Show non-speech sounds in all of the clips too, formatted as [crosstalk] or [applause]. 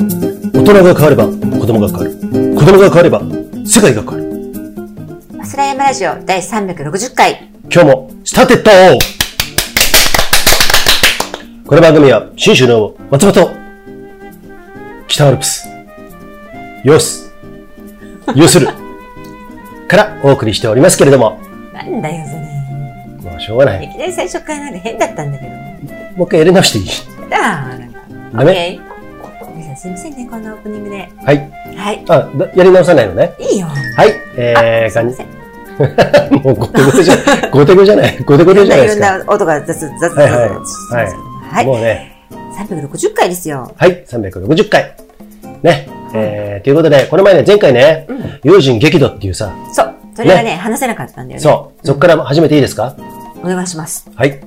人が変われば子供が変わる。子供が変われば世界が変わる。マヤマラジオ第360回。今日もスターテッドこの番組は信州の松本、北アルプス、よす、よする、 [laughs] からお送りしておりますけれども、なんだよ、それ。まあしょうがない。いきなり最初からなんで変だったんだけど。もう一回やり直していいやだー、なんか。ダメ OK 皆さんすいませんね、こんなオープニングで。はい。はい。あ、だやり直さないのね。いいよ。はい。えー、すい感まじせん。もうごてごてじゃ、ごてごてじゃない。ごてごていじゃないでろすんか。な音が雑、雑、雑、雑、はいはい雑してますけどはい。もうね、 360回ですよ。はい、360回。ね。えー、ということで、この前ね、前回ね、友人激怒っていうさ、そう。それがね、話せなかったんだよね。そう、そこから始めていいですかお願いします。はい。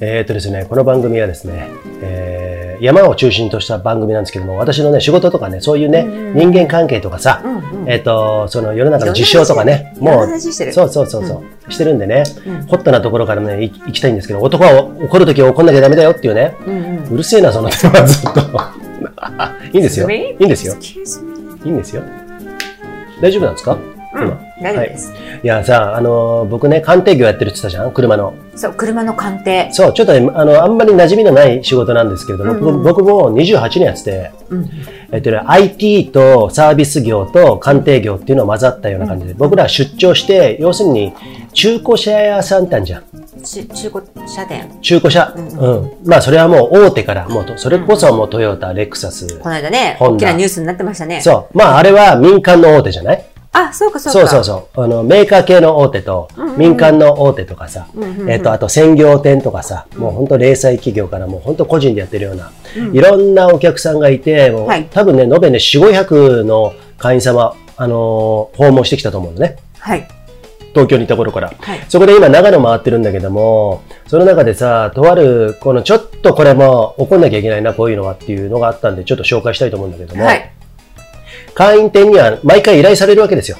えー、っとですね、この番組はですね、えー、山を中心とした番組なんですけども、私のね、仕事とかね、そういうね、人間関係とかさ、うんうん。えーっと、その世の中の実証とかね、いろんなもう、話してるいそろんな話してるうそうそうそう、してるんでね、うんホットなところからね、い行きたいんですけど、男は怒るときは怒んなきゃダメだよっていうね、うんうん。うるせえな、その手はずっと。 [laughs] いいんですよ。いいんですよ。 Excuse me いいんですよ。大丈夫なんですかうん今。大丈夫です。いやさ、あのー僕ね、鑑定業やってるって言ったじゃん車の。そう、車の鑑定。そう、ちょっとね、あの、あんまり馴染みのない仕事なんですけれども、うんうん僕僕も28年やってて、うん。えっとね、IT とサービス業と鑑定業っていうのを混ざったような感じで、僕ら出張して、要するに、中古車屋さんってあるじゃん。ち中古車店。中古車。ううんん、まあ、それはもう大手から、もうと、それこそもうトヨタ、レクサス。この間ね、ホンダ大きなニュースになってましたね。そう。まあ、あれは民間の大手じゃないあ、そうかそうか。そうそうそう。あの、メーカー系の大手と、民間の大手とかさ、えっと、あと専業店とかさ、もう本当零細企業からもう本当個人でやってるような、いろんなお客さんがいて、もうはい多分ね、延べね、4、500の会員様、あのー訪問してきたと思うのね。はい。東京にいた頃から。はい。そこで今長野回ってるんだけども、その中でさ、とある、このちょっとこれも怒んなきゃいけないな、こういうのはっていうのがあったんで、ちょっと紹介したいと思うんだけども、はい。会員店には毎回依頼されるわけですよ。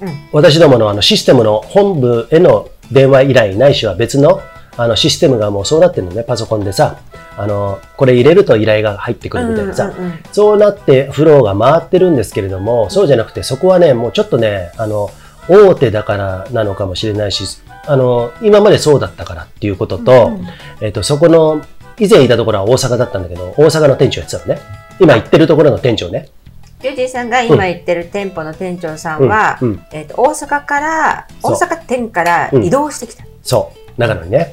うん。私どものあのシステムの本部への電話依頼ないしは別のあのシステムがもうそうなってるのね、パソコンでさ、あの、これ入れると依頼が入ってくるみたいなさ、うんうんうんそうなってフローが回ってるんですけれども、そうじゃなくてそこはね、もうちょっとね、あの、大手だからなのかもしれないし、あの、今までそうだったからっていうことと、えっと、そこの、以前いたところは大阪だったんだけど、大阪の店長やってたのね。今行ってるところの店長ね。ジュジーさんが今行ってる店舗の店長さんは、うんうんえっと大阪から、そう大阪店から移動してきた。そう、長野にね。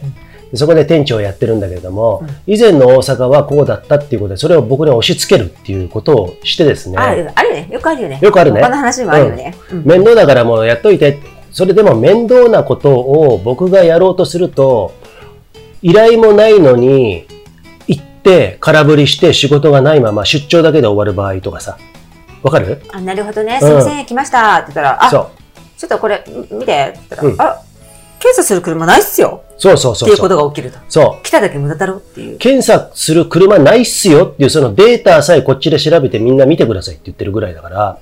そこで店長をやってるんだけれども、うん以前の大阪はこうだったっていうことで、それを僕に押し付けるっていうことをしてですね、あるあるよね。よくあるよね。よくあるね他の話もあるよね。うん面倒だからもうやっといて、それでも面倒なことを僕がやろうとすると、依頼もないのに、行って空振りして仕事がないまま出張だけで終わる場合とかさ、わかるあなるほどね。すいません、来ましたって言ったら、あ、そう。ちょっとこれみ見てって言ったら、うんあ、検査する車ないっすよそうそうっそていううそこう。とが起きると。そう。来ただけ無駄だろっていう。検査する車ないっすよっていうそのデータさえこっちで調べてみんな見てくださいって言ってるぐらいだから、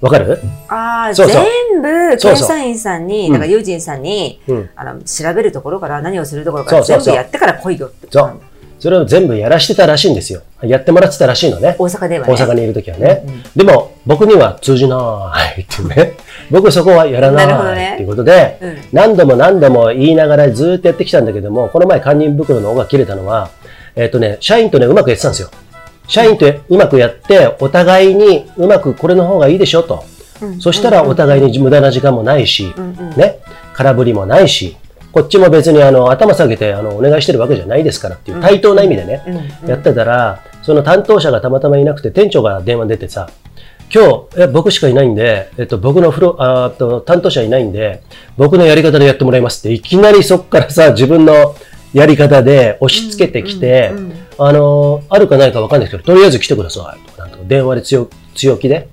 わかるああ、そうそう全部そう検そう査員さんに、うんだから友人さんに、うんあの調べるところから何をするところからそうそう全そう部やってから来いよってことそなんうだ。それを全部やらしてたらしいんですよ。やってもらってたらしいのね。大阪ではね。大阪にいるときはね、うんでも、僕には通じないっていうね。 [laughs] 僕そこはやらななるほどいねっていうことで、うん何度も何度も言いながらずーっとやってきたんだけども、この前堪忍袋の尾が切れたのは、えっ、とね、社員とね、うまくやってたんですよ。社員とうまくやって、お互いにうまくこれの方がいいでしょと。うんそしたらお互いに無駄な時間もないし、うんうんね、空振りもないし、こっちも別にあの頭下げてあのお願いしてるわけじゃないですからっていう、対等な意味でね、うんやってたら、その担当者がたまたまいなくて、店長が電話出てさ、今日、え僕しかいないんで、えっと、僕のフロあーっと担当者いないんで、僕のやり方でやってもらいますって、いきなりそっからさ、自分のやり方で押し付けてきて、うんうんうんあのーあるかないかわかんないですけど、とりあえず来てくださいとか、なんとか電話で強強気で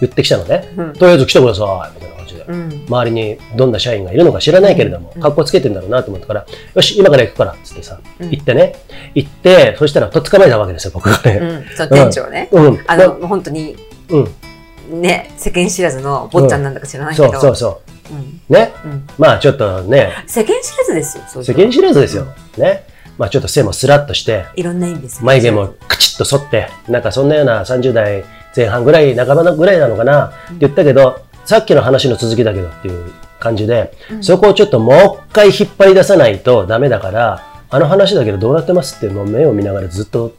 言ってきたのね、うんとりあえず来てくださいみたいな感じで。うん周りにどんな社員がいるのか知らないけれども、うん格好つけてんだろうなと思ったから、よし、今から行くから、つってさ、うん行ってね、行って、そしたら、とっ捕まえたわけですよ、僕がうね。ん、そう店長ね、うん。あなの本当にうん。ね世間知らずの坊ちゃんなんだか知らないけど、そうん、、うそうそうんう。ね。まあ、ちょっとね、世間知らずですよそうい世間うの知らずですよ。ね。まあ、ちょっと背もスラッとして、いろんな意味です眉毛もカチッと剃って、なんかそんなような30代前半ぐらい、半ばのぐらいなのかなって言ったけど、さっきの話の続きだけどっていう感じで、うんそこをちょっともう一回引っ張り出さないとダメだから、あの話だけどどうなってますってもう目を見ながらずっと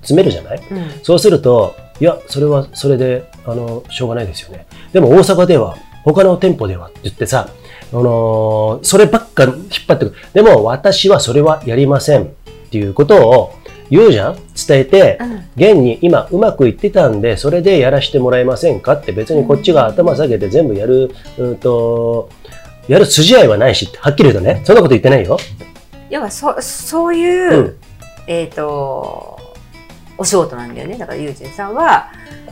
詰めるじゃないうんそうすると、いや、それはそれで、あの、しょうがないですよね。でも大阪では、他の店舗ではって言ってさ、あのーそればっか引っ張ってくる。でも私はそれはやりませんっていうことを言うじゃん伝えて、うん現に今うまくいってたんで、それでやらしてもらえませんかって別にこっちが頭下げて全部やる、うんと、やる筋合いはないしって、はっきり言うとね、そんなこと言ってないよ。要はそそういう、えっ、とお仕事なんだよねだからユージンさんは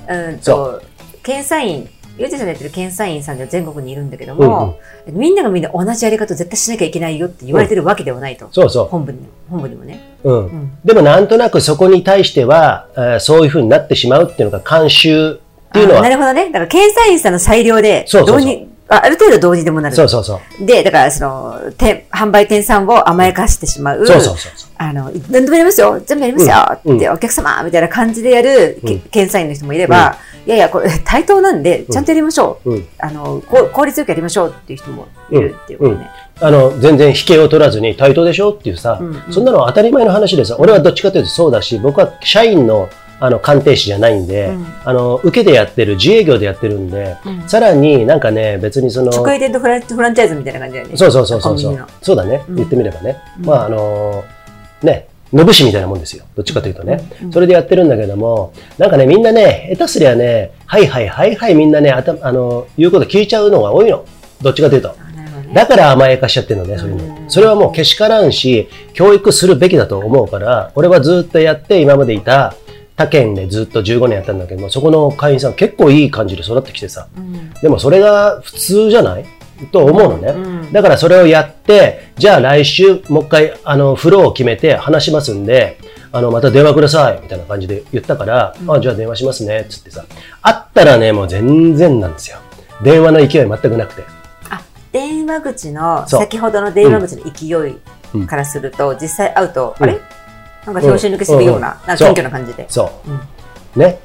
うんと検査員ユージンさんがやってる検査員さんが全国にいるんだけども、みんながみんな同じやり方を絶対しなきゃいけないよって言われてるわけではないと、そうそ本部にも本部にもね、う。うんう。ん、でもなんとなくそこに対しては、えーそういうふうになってしまうっていうのが慣習っていうのあなは、るほどねだから検査員さんの裁量でそうそうそうどにあある程度同時でもなるそうそうそう。でだからそのて販売店さんを甘やかしてしまうそうそうそうそう。あの、何でもやりますよ全部やりますよ、うんって、お客様みたいな感じでやる、けうん検査員の人もいれば、いやいや、これ対等なんで、ちゃんとやりましょう。うんあの、こう効率よくやりましょうっていう人もいるっていうことね。あの、全然引けを取らずに対等でしょっていうさ、うんうんそんなのは当たり前の話でさ、俺はどっちかというとそうだし、僕は社員のあの鑑定士じゃないんで、うんあの、受けでやってる、自営業でやってるんで、うんさらになんかね、別にその、直営店とフランフランチャイズみたいな感じだよね。そうそうそうそうそコンビニのう。そうだね。うん言ってみればね。うんまあ、あのーね、のぶしみたいなもんですよ。どっちかというとね。うんそれでやってるんだけども、なんかね、みんなね、下手すりゃね、はいはいはいはいみんなね、あたあのー言うこと聞いちゃうのが多いの。どっちかというと。あなるほどね。だから甘やかしちゃってるのね、それうも。んそれはもうけしからんし、教育するべきだと思うから、俺はずっとやって今までいた他県でずっと15年やったんだけども、そこの会員さん結構いい感じで育ってきてさ。うんでもそれが普通じゃないと思うのね。うんだからそれをやって、じゃあ来週、もう一回、あの、フローを決めて話しますんで、あの、また電話ください、みたいな感じで言ったから、うんあ、じゃあ電話しますね、つってさ。あったらね、もう全然なんですよ。電話の勢い全くなくて。あ電話口の、そう先ほどの電話口の勢いからすると、実際会うと、うんあれなんか拍子抜けするような、うんなんか謙虚な感じで。そうう。ね。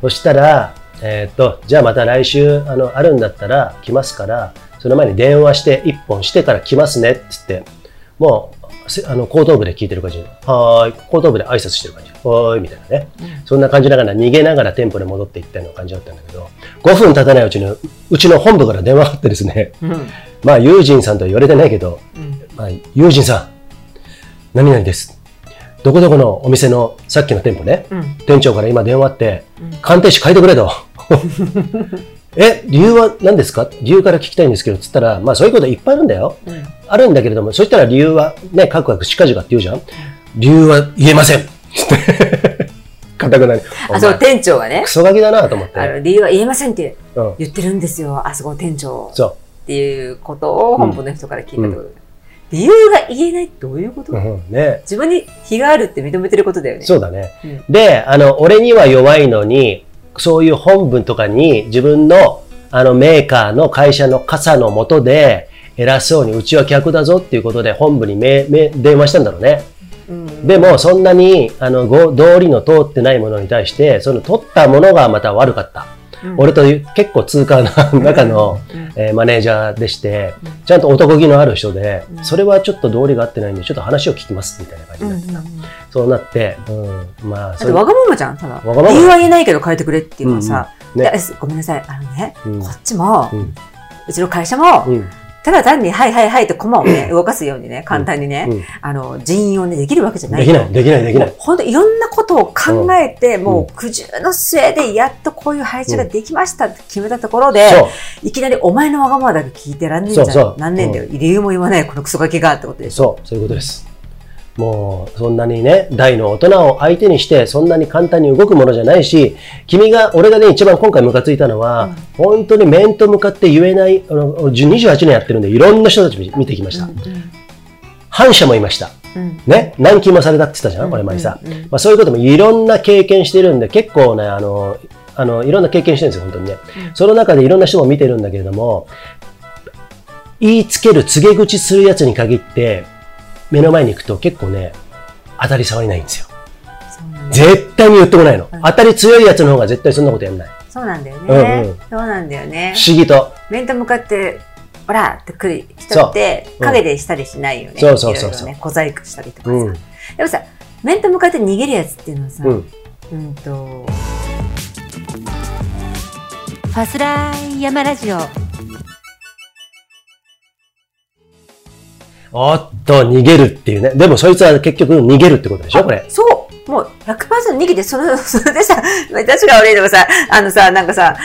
そしたら、えーっと、じゃあまた来週、あの、あるんだったら来ますから、その前に電話して、一本してから来ますね、つって。もう、せあの、後頭部で聞いてる感じ。はーい。後頭部で挨拶してる感じ。はーい、みたいなね。んそんな感じながら逃げながら店舗に戻っていったような感じだったんだけど、5分経たないうちに、うちの本部から電話があってですね、 [laughs] うんまあ、友人さんとは言われてないけど、うんまあ、友人さん、何々です。どこどこのお店のさっきの店舗ね、うん店長から今電話あってうん、鑑定士変えてくれと。 [laughs] え、理由は何ですか理由から聞きたいんですけど、つったら、まあそういうこといっぱいあるんだよ。うんあるんだけれども、そしたら理由はね、かくかくしかじかって言うじゃん。理由は言えません。 [laughs] かたくなに。あ、おそ前う、店長がねク、ソガキだなと思っあて。の理由は言えませんってうん。言ってるんですよ、あそこの店長。そっていうことを本部の人から聞いたってこと、理由が言えないってどういうこと、う。うん、ね。自分に非があるって認めてることだよね。そうだね。うんで、あの、俺には弱いのに、そういう本文とかに自分の、あの、メーカーの会社の傘の下で、偉そうに、うちは客だぞっていうことで本部にめめ電話したんだろうね。うんでも、そんなに、あの、ご道理の通ってないものに対して、その取ったものがまた悪かった。うん俺という結構通過 [laughs] の中の、うんえーマネージャーでしてうん、ちゃんと男気のある人でう、んそれはちょっと道理が合ってないんで、ちょっと話を聞きますみたいな感じうにんうなってんうん、だそうなって、うん、まあ、ってれわがままじゃん、ただ。がまま理由は言えないけど変えてくれっていうのはさ、うんうんねだごめんなさい、あのね、うんこっちも、ううんちの会社も、うんただ単に、はいはいはいってコマをね、動かすようにね、簡単にね、うんあの、人員をね、できるわけじゃない。できない、できない、できない。本当いろんなことを考えて、うもんう苦渋の末でやっとこういう配置ができましたって決めたところで、いきなりお前のわがままだけ聞いてらんねえじゃん。そうそうなんねえんだよ。理由も言わない、このクソガキがってことそう、でしょ。そう、そういうことです。もう、そんなにね、大の大人を相手にして、そんなに簡単に動くものじゃないし、君が、俺がね、一番今回ムカついたのは、うん本当に面と向かって言えない、あの28年やってるんで、いろんな人たち見てきました。反社もいました。うんね、軟禁もされたって言ったじゃ、うんんこれ前さ。うんうんまあ、そういうこともいろんな経験してるんで、結構ね、あの、あの、いろんな経験してるんですよ、本当にね。その中でいろんな人も見てるんだけれども、言いつける、告げ口するやつに限って、目の前に行くと結構ね、当たり障りないんですよ。そうなん絶対に言ってこないの。当たり強いやつの方が絶対そんなことやんない。そうなんだよね、うんうんそうなんだよね不思議と。面と向かってほらって来る人ってそう影でしたりしないよね、そうそうそうそういろいろね小細工したりとかさ、うん。でもさ面と向かって逃げるやつっていうのはさ、うん。うんと。ファスライヤマラジオ。おっと、逃げるっていうね。でもそいつは結局逃げるってことでしょこれ。そう、もう100%逃げて、その、 [laughs] それでさ、私が悪いのがさ、あのさ、なんかさ、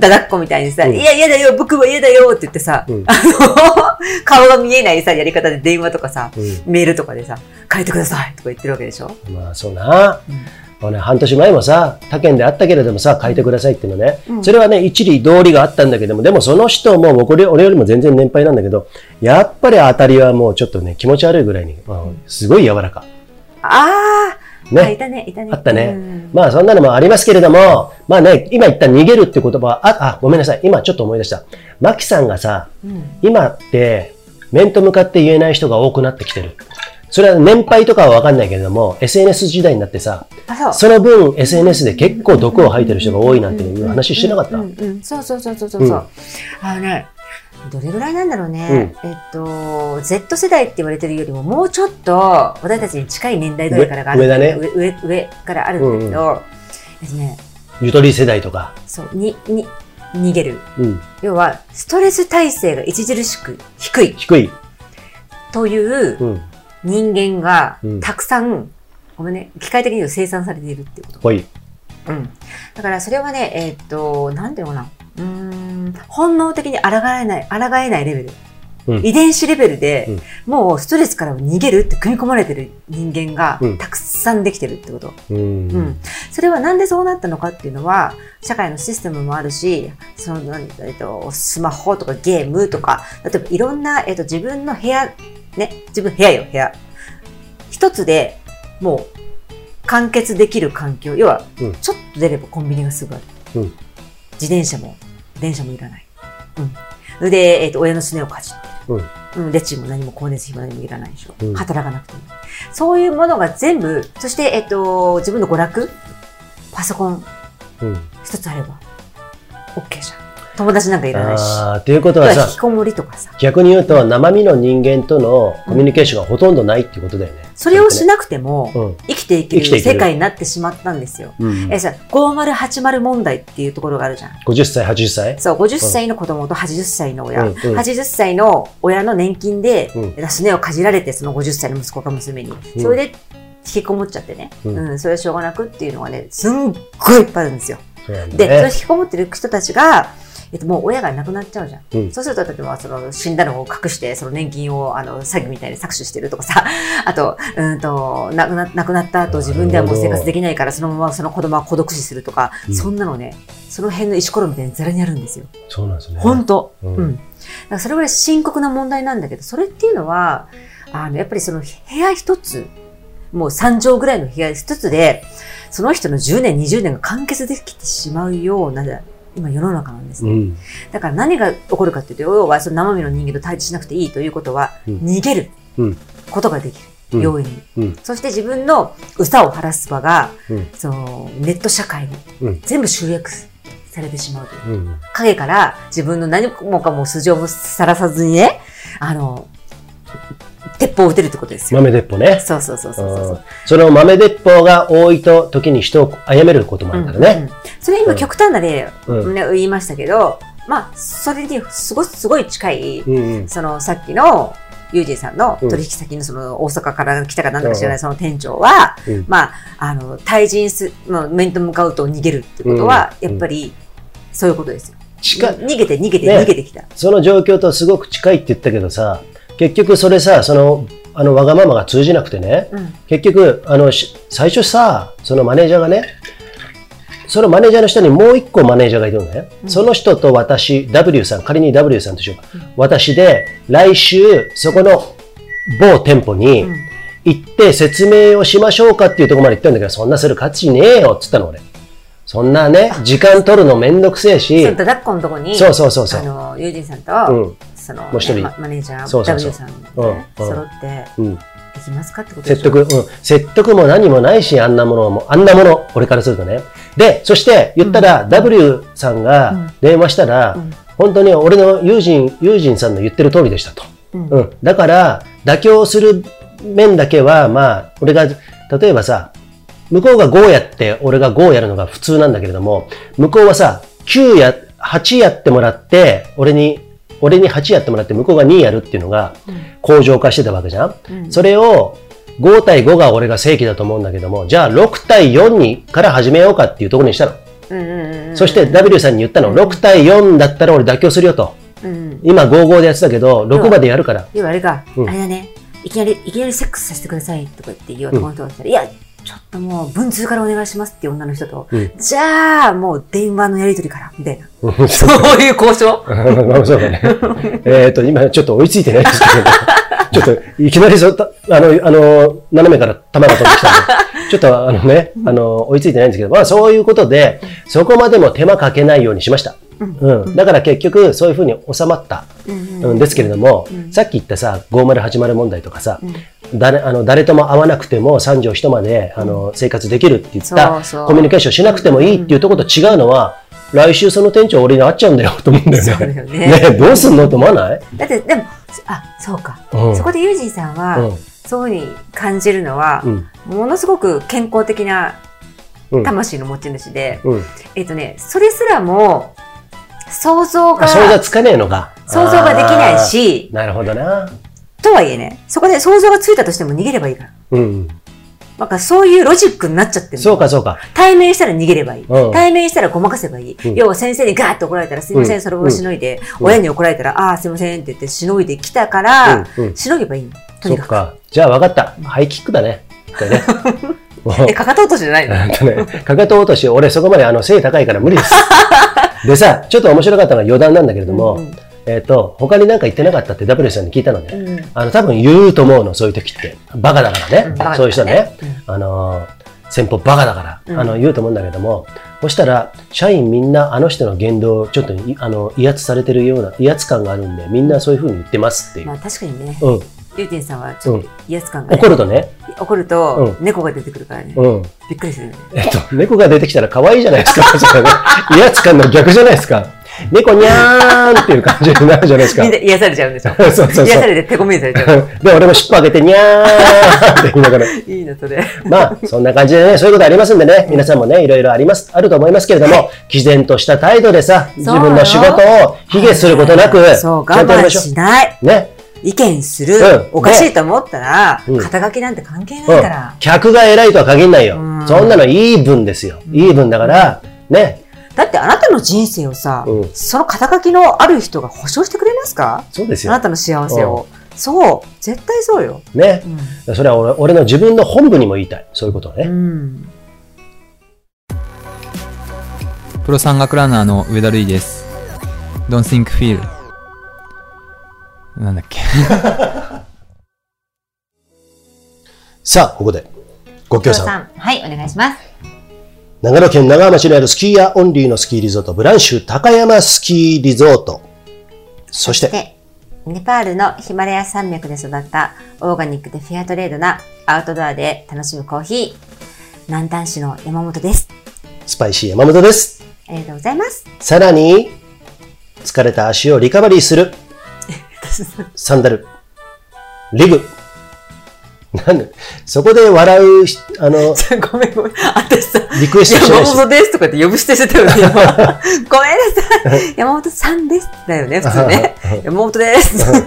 だだっこみたいにさ、うんいや、嫌だよ、僕は嫌だよって言ってさ、うんあの、 [laughs] 顔が見えないさ、やり方で電話とかさ、うメールとかでさ、書いてくださいとか言ってるわけでしょ。ん。まあそうな。俺半年前もさ、他県であったけれどもさ、書いてくださいっていうのね。うんそれはね、一理道理があったんだけども、でもその人も僕より、俺よりも全然年配なんだけど、やっぱり当たりはもうちょっとね、気持ち悪いぐらいに、まあすごい柔らか。あー、ね。あ、いたね、いたね。あったねうんまあそんなのもありますけれども、まあね、今言った逃げるって言葉は、あ、あ、ごめんなさい。今ちょっと思い出した。マキさんがさ、うん今って、面と向かって言えない人が多くなってきてる。それは年配とかはわかんないけれども、SNS 時代になってさ、あ、そう。その分 SNS で結構毒を吐いてる人が多いなんていう話してなかったうんうんうんそうそうそうそうそう。ううんあのね、どれぐらいなんだろうね、えっと、Z 世代って言われてるよりも、もうちょっと私たちに近い年代ぐらいからがある上上だね上上上からあるんだけど、えっとね、ゆとり世代とか。そう、に、に、逃げる。うん。要は、ストレス耐性が著しく低い低い。といううん。人間がうんたくさん、ごめんね、機械的に言うと生産されているっていうこと。濃い。うん。だからそれはね、えーっと、なんていうのかな。うーん、本能的に抗えない、抗えないレベうル。ん遺伝子レベルで、もうストレスから逃げるって組み込まれてる人間がうんたくさんできてるってこと。うん。うん。それはなんでそうなったのかっていうのは、社会のシステムもあるし、その、なんえーっと、スマホとかゲームとか、例えばいろんな、えーっと、自分の部屋、ね、自分部屋よ、部屋。一つでもう完結できる環境。要はうん、ちょっと出ればコンビニがすぐある。うん自転車も、電車もいらない。うん。それで、えっ、と、親のすねをかじって。うんうん。レチも何も光熱費も何もいらないでしょ。うん働かなくても。そういうものが全部、そして、えっ、と、自分の娯楽、パソコンうん。一つあれば、OK じゃん。友達なんかいらないし。ああ、ということあとはは引きさ、こもりとかさ。逆に言うと生身の人間とのコミュニケーションがほとんどないっていうことだよね。それをしななくても、うん。生きていけ生きてるいける世界になってしまったんですよ。うんえ、じゃあ5080問題っていうところがあるじゃん。 50歳、80歳そう、50歳の子供と80歳の親。うんうん80歳の親の年金でうん、すねをかじられて、その50歳の息子か娘に。うんそれで引きこもっちゃってね。ううんん、それはしょうがなくっていうのがね、すんごいいっぱいあるんですよ。そうなんで、だそれね引きこもってる人たちが、えっと、もう親が亡くなっちゃうじゃん。うんそうすると、例えば、その、死んだのを隠して、その年金を、あの、詐欺みたいに搾取してるとかさ、 [laughs] あと、うーんと、亡くな亡くなった後、自分ではもう生活できないから、そのままその子供は孤独死するとか、うんそんなのね、その辺の石ころみたいにザラにあるんですよ。そうなんですね。本当。ううんん。だからそれぐらい深刻な問題なんだけど、それっていうのは、あの、やっぱりその部屋一つ、もう3畳ぐらいの部屋一つで、その人の10年、20年が完結できてしまうような、今世の中なんですうね。ん。だから何が起こるかっていうと、要はその生身の人間と対峙しなくていいということは、うん逃げるうんことができうる。ん容易に。うんそして自分の歌を晴らす場が、うんそのネット社会うにん全部集約されてしまうという。うん。影から自分の何もかも素性もさらさずにね、あの、鉄砲を撃てるってことですよ。豆鉄砲ね。。そうそうそうそうそううんその豆鉄砲が多いと時に人を殺めることもあるからうんうね。んそれ今極端な例うを、ね言いましたけど、まあ、それにすごすごい近い、うんうん。そのさっきの、ユージンさんのうん取引先のその大阪から来たかなんだか知らなういその店長は、うんまあ、あの、対人す、まあ、面と向かうと逃げるってことは、うんやっぱり、そういうことですよ。近い、逃げて逃げてね逃げてきた。その状況とすごく近いって言ったけどさ、結局それさ、その、あの、わがままが通じなくてね、うん。結局、あの、し最初さ、そのマネージャーがね、そのマネージャーの下にもう一個マネージャーがいるのね。うんその人と私、W さん、仮に W さんとしようか。うん私で、来週、そこの某店舗に、うん行って説明をしましょうかっていうところまで行ったんだけど、そんなする価値ねえよっつったの俺。そんなね、時間取るのめんどくせえしそ、のダダッコのとこに、そうそうそうそあう。の、ユージンさんうと、ん、その、う一人ママネージャー、そうそうそう W さんうんうんね、揃って、うん、できますかってことで説しょ得、うん、説得も何もないし、あんなものも、あんなもの、俺からするとね。で、そして言ったら、W さんうがん電話したら、うん本当に俺の友人、友人さんの言ってる通りでしたと。うんうん、だから、妥協する面だけは、まあ、俺が、例えばさ、向こうが5やって、俺が5やるのが普通なんだけれども、向こうはさ、9や、8やってもらって、俺に、俺に8やってもらって、向こうが2やるっていうのが、向上化してたわけじゃん。うんそれを5対5が俺が正規だと思うんだけども、じゃあ6対4にから始めようかっていうところにしたの。うんうんうんうんそして W さんに言ったの、6対4だったら俺妥協するよと。うん今55でやってたけど、6までやるから。要はあれが、うんあれだね、いきなり、いきなりセックスさせてくださいとか言って言おうと思ったら、いや、ちょっともう文通からお願いしますっていう女の人と、うんじゃあ、もう電話のやりとりから、みたいな。うんそういう交渉まあそうだね。 [laughs] えっと、今ちょっと追いついてない [laughs] ですけど、ちょっといきなりそたあの、あの、斜めから弾が飛んできたんで、ちょっとあのね、あの、追いついてないんですけど、まあそういうことで、そこまでも手間かけないようにしました。うんうん。だから結局、そういうふうに収まった。うんうん、ですけれども、うんさっき言ったさ、5080問題とかさ、うん誰あの誰とも会わなくても3畳一間であの生活できるって言っそたうそうコミュニケーションしなくてもいいっていうところと違うのは、来週その店長俺に会っちゃうんだよと思うんだよそうね。だよねね [laughs] どうすんのと思わない、だって、でも、あ、そうか。うん、そこでユージンさんは、そういうふうに感じるのはう、んものすごく健康的なうん魂の持ち主で、うん、えっとね、それすらも、想像が、あ想像つかねえのか想像ができないしあー、なるほどな、とはいえね、そこで想像がついたとしても逃げればいいから。うん、なんかそういうロジックになっちゃってるのそうかそうか対面したら逃げればいい。うん対面したらごまかせばいい。うん要は先生にガーッと怒られたら、すいません、うんそれをしのいで、うん親に怒られたら、ああ、すいませんって言ってしのいできたから、うんうんしのげばいいの。そとにっかく。かじゃあ分かったハイキックだねって [laughs] ねえ、かかと落としじゃない [laughs] のえっとね、かかと落とし、俺そこまであの背高いから無理です。でさ、ちょっと面白かったのは余談なんだけれども、うんうんえっ、と、他に何か言ってなかったって W さんに聞いたのね。うんあの、多分言うと思うの、そういう時って。バカだからね。うんバカだからねそういう人ね。あのー先方バカだから、うんあの、言うと思うんだけども、そしたら、社員みんなあの人の言動、ちょっとい、あの、威圧されてるような、威圧感があるんで、みんなそういうふうに言ってますっていう。まあ確かにね、うん。ゆうてんさんはちょっと威圧感がね、怒るとね、怒ると、う猫が出てくるからね、うん。びっくりするよね。えっと、猫が出てきたら可愛いじゃないですか。 [laughs] それね威圧感の逆じゃないですか。猫にゃーんっていう感じになるじゃないですかみん。な癒されちゃうんでしょそうそうそう癒されて手こめにされちゃう。 [laughs] で、俺も尻尾上げてにゃーんって言いながら。いいな、それ。まあ、そんな感じでね、そういうことありますんでね、皆さんもね、いろいろあります、あると思いますけれども、毅然とした態度でさ、自分の仕事を卑下することなく、ち [laughs] そう、ゃ我んとやり慢まししない。ょう。ね。意見する、うんおかしいと思ったら、うん肩書きなんて関係うないんから、客が偉いとは限んないよう。んそんなのいい分ですよ。いい分だから、ね、だってあなたの人生をさ、うんその肩書きのある人が保証してくれますかそうですあなよ。たの幸せを、そう絶対そうよ、ねう。んそれは俺俺の自分の本部にも言いたい。そういうことをね。うん、プロ山岳ランナーの上田瑠衣です。Don't think feel. なんだっけ。さあ、ここで、ご協賛。んはいお願いします長野県長浜市にあるスキーヤーオンリーのスキーリゾート、ブランシュ高山スキーリゾート。そして、でネパールのヒマラヤ山脈で育ったオーガニックでフェアトレードなアウトドアで楽しむコーヒー南丹市の山本ですスパイシー山本です。ありがとうござ [laughs] いますさらに、疲れた足をリカバリーす [laughs] る、サンダル、リグ。なんで、そこで笑う、あの、 [laughs] ごめんごめん私さリクエストしない山し。本ですとかって呼び捨てしてたよね。 [laughs] 今ごめんなさい。山本さんですだよね、普 [laughs] 通ね。山本です。南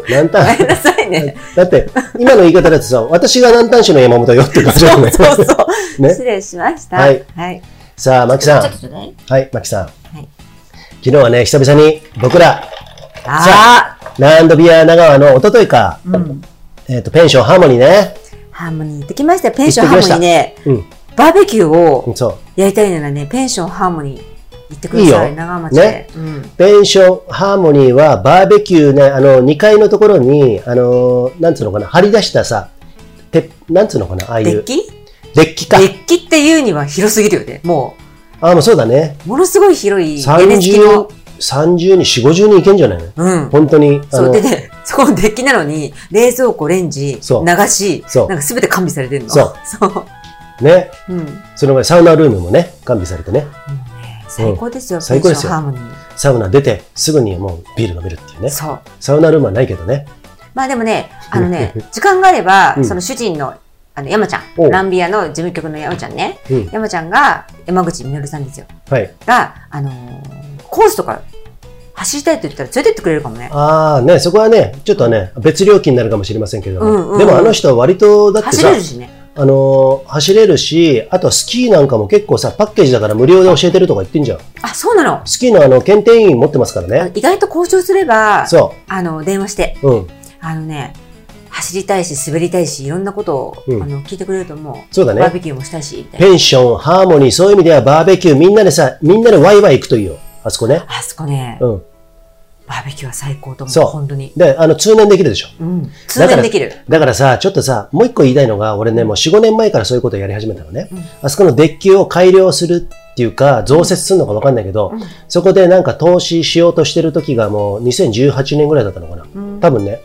ごめん端。なさ [laughs] いね。だって、今の言い方だとさ、私が南端市の山本よって感じだよそうね。そうそう。ね失礼しました。はいはい。 [laughs] さあ、マキさん。ちょっとね。はい、マキさん。はい昨日はね、久々に僕ら、あランドビア長川の一昨日か、あ、うん。えっ、と、ペンションハーモニーね。ハーモニー行ってきましたよ。ペンションハーモニーね、うバーベキューをん、そやりたいならね、ペンションハーモニー行ってくださいいい。よ長町でね。うんう。ペンションハーモニーは、バーベキューね、あの、2階のところに、あの、なんつうのかな、張り出したさ、てなんつうのかな、ああいデッう。キデッキか。デッキっていうには広すぎるよね。もああ、もうそうだね。う、ものすごい広い屋根付き30の。、 30に、4、50人いけんじゃないのうん。本当に、あそうので、ね、そこのデッキなのに、冷蔵庫、レンジ、流そうし、そうなんか全て完備されてるの。そう。そう。ね。うん。その前、サウナルームもね、完備されてね。最高ですよ、最高ですよペンションハーモニー。サウナ出て、すぐにもうビール飲めるっていうね。そう。サウナルームはないけどね。まあでもね、あの [laughs] ね、時間があれば、うんその主人の、あの、山ちゃおん、ランビアの事務局の山ちゃんね、うん。山ちゃんが、山口みのるさんですよ、はい。が、あのーコースとか走りたいと言ったら連れてってくれるかもね。ああ、ね、そこはね、ちょっとね、別料金になるかもしれませんけど、うんうんうんでもあの人は割と、だって走される、しね。あのー走れるし、あとスキーなんかも結構さ、パッケージだから無料で教えてるとか言ってんじゃん。あ、そうなの。スキーのあの、検定員持ってますからあね。の意外と交渉すれば、そあの、電話して、う。うん。あのね、走りたいし、滑りたいし、いろんなことを、うんあの聞いてくれると思う。そうだねバーベキューもしたいし、みたいな。ペンション、ハーモニー、そういう意味ではバーベキュー、みんなでさ、みんなでワイワイ行くといいよ。あそこね。あそこね、うん。バーベキューは最高と思、そうう本当に。で、あの、通年できるでしょ。うん。通年できる。だからさ、ちょっとさ、もう一個言いたいのが、俺ね、もう4、5年前からそういうことをやり始めたのね。うんあそこのデッキを改良するっていうか、増設するのかわかんないけど、うんそこでなんか投資しようとしてる時がもう2018年ぐらいだったのかな。うん多分ね、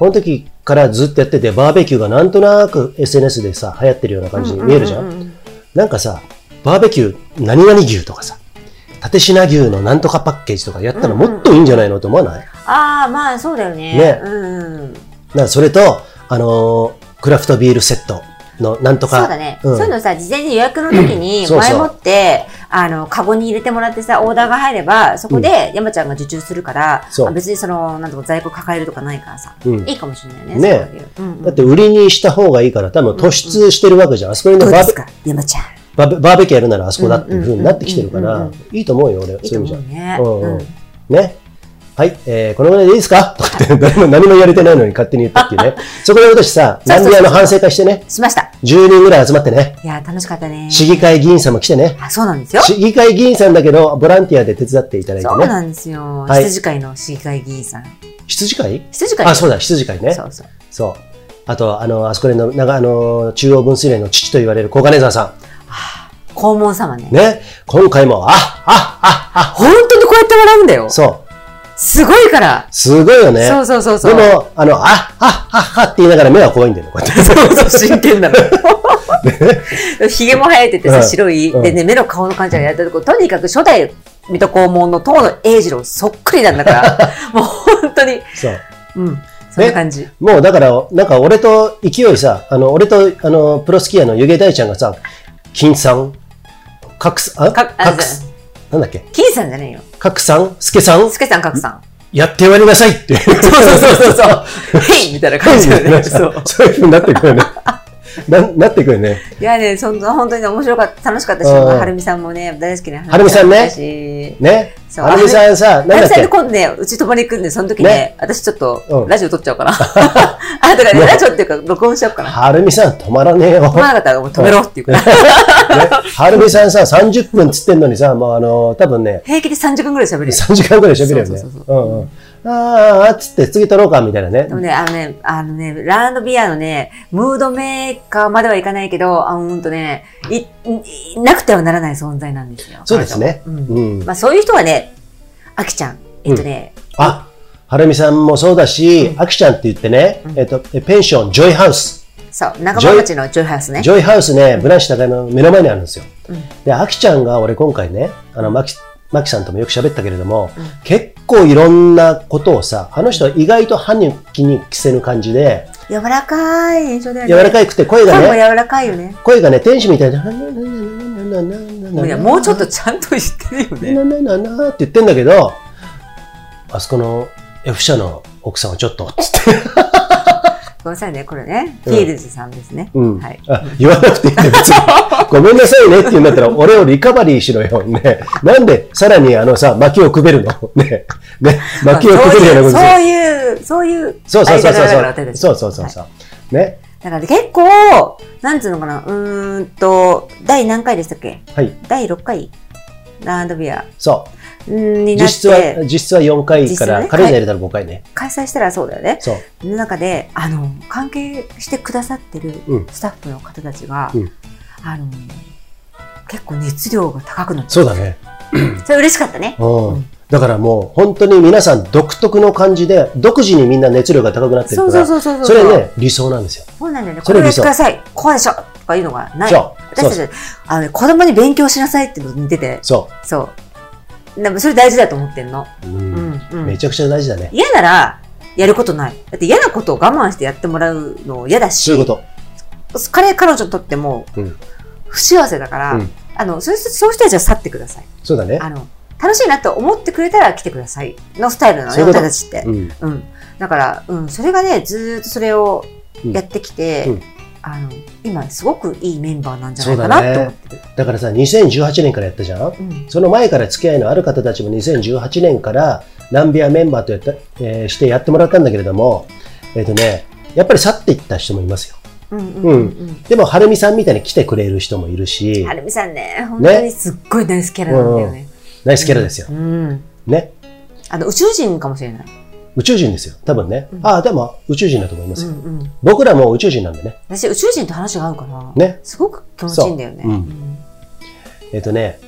この時からずっとやってて、バーベキューがなんとなく SNS でさ、流行ってるような感じに見えるじゃん。ううううなんかさ、バーベキュー、何々牛とかさ、蓼科牛のなんとかパッケージとかやったらもっといいんじゃないのと思わないああ、まあそうだよね。ねうん。なそれと、あのークラフトビールセットのなんとそか。うだね、うんそういうのさ、事前に予約の時にそうそ前うもって、あの、カゴに入れてもらってさ、オーダーが入れば、そこで山ちゃんが受注するから、そうあ別にその、なんとか在庫抱えるとかないからさ、うんいいかもしれないね。ねそういううんうんだって売りにした方がいいから、多分突出してるわけじゃん。あそこにねどうでバーすベか、山ちゃん。バーベバーベキューやるならあそこだっていう風になってきてるかうんうんうんらうん、いいと思うよ、俺。そういいいうと意味じゃ思う。ね。うんうんうんね。はい、えー、このぐらいでいいですか [laughs] とかって誰も何も言われてないのに勝手に言ったっていうね。そこで私さ、そうラそうンそうビアの反省会してね、しました。 10人ぐらい集まってね、いやー、楽しかったね。市議会議員さんも来てね、あ、そうなんですよ。市議会議員さんだけど、ボランティアで手伝っていただいそてうね。なんですよ。はい羊飼いの市議会議員さん。羊飼い羊飼いあ、そうだ、羊飼いね。そうそう。そう。あと、あの、あそこでの、長あの、中央分水嶺の父と言われる小金沢さ黄門様ね。ん。ね。今回も、ああああ本当にこうやって笑うんだよ。そう。すごいから。すごいよね。そうそうそうそう。でも、あの、ああああって言いながら目は怖いんだよね、こうやって。 [laughs] そう [laughs] そう、真剣なの。ひげも生えててうさ、ん白い。うんでね、目の顔の感じがやったとこ、とにかく初代水戸黄門の東野栄次郎そっくりなん [laughs] だから、もう本当に、 [laughs] そう。うん、そんな感じ。もうだから、なんか俺と勢いさ、あの、俺と、あの、プロスキーヤーの湯気大ちゃんがさ、金さん、角さん、あかあ角す、なんだっけ、金さんじゃねえよ。角さん、助さん、すけさん、かくさん。やってまいりなさいって。そうそうそうそう。へいみたいな感じだよね。そう。 [laughs] そういうふうになってくるよね。ななってくるね。いやね、そんな本当にね面白かった、楽しかったし、うんはるみさんもね、大好きなはるみさんねだしね。そうはるみさんさ、なんだはるっみさんでけ今度ね、うち泊まり行くんで、その時ね、ね私ちょっと、うんラジオ撮っちゃ [laughs] おうかな。あ、だからね、ねラジオっていうか、録音しちゃおう [laughs] かな。はるみさん止まらねえよ。止まらなかったらもう止めろっていうから。ねはるみさんさ、30分つってんのにさ、もうあの、多分ね、平気で30分ぐらい喋るよ。 3時間ぐらい喋るよねそうそう。うそんうん。あーあー、つって次撮ろうか、みたいなねで。もね、あのね、あのね、ランドビアのね、ムードメーカーまではいかないけど、あほんとねいい、なくてはならない存在なんですよ。そうですね。彼ともうんうん。まあそういう人はね、あきちゃん、えっとね、あ、はるみさんもそうだし、あきちゃんって言ってねう、んえっと、えペンション、ジョイハウス。そう、仲間町のジョイハウスねジ。ョイハウスね、ブランシュ高山の目の前にあるんですようん。で、あきちゃんが俺今回ね、あの、まき、まきさんともよく喋ったけれどもうん、結構いろんなことをさ、あの人は意外と歯に気に着せぬ感じで、柔らかい印象だよね。柔らかくて声が声もね、柔らかいよね。声がね、天使みたいな、いや、もうちょっとちゃんと言ってるよね。なななななって言ってんだけど、あそこの F 社の奥さんはちょっと、つって。ごめんなさいね、これね。フうんィールズさんですね。うんはい。あ言わなくていいんだよ別にごめんなさいねって言うんだったら、俺をリカバリーしろよ。ね。なんで、さらにあのさ、薪をくべるのね。ね。薪をくべるようなことする。そういう、そういう、そうそうそう間柄だからそ私う。たちそうそうそうそう。ね。だから結構、なんつうのかな、うーんと、第何回でしたっけはい。第6回ランドビアそうんう。にな実っ質は、て、実質は4回か実質はら、ねカレンダー入れたら5回ね。開催したらそうだよね。そう。の中で、あの、関係してくださってるうんスタッフの方たちが、うんあの、結構熱量が高くなって、そうだね。それ嬉しかったね。うん。だからもう本当に皆さん独特の感じで、独自にみんな熱量が高くなってるかそうら、そうそうそうそれね、理想なんですよ。そうなんだよね。そこれ理れをやって想ください。こうでしょとかいうのがない。そう私そたち、あのね、子供に勉強しなさいってのと似てて、そそう。でもそれ大事だと思ってんの。う。ううんんうん。めちゃくちゃ大事だね。嫌なら、やることない。だって嫌なことを我慢してやってもらうの嫌だしそう、いうこと。彼、彼女にとってもうん、不幸せだから、うんあの、そういう人そういう人たちは去ってください。そうだね。あの、楽しいなと思ってくれたら来てください。のスタイルなのそういね、うこと私たちってう。ん。うん。だから、うん、それがね、ずーっとそれをやってきて、うんうんあの、今すごくいいメンバーなんじゃないかなと思ってる。だからさ、2018年からやったじゃんうんその前から付き合いのある方たちも2018年からナンビアメンバーとやった、えーしてやってもらったんだけれども、えっ、とね、やっぱり去っていった人もいますよ。うんうんうんでも、はるみさんみたいに来てくれる人もいるうしん。は、るみさんね、本当にすっごい大好きキャラなんだよね。ナイスキャラですよう。ん。ね。あの、宇宙人かもしれない。宇宙人ですよ。多分ね。うんああ、でも宇宙人だと思いまうすよ。んうん。僕らも宇宙人なんでね。私、宇宙人と話が合うから、ねすごく気持ちいいんだよね。そううんえっ、とね、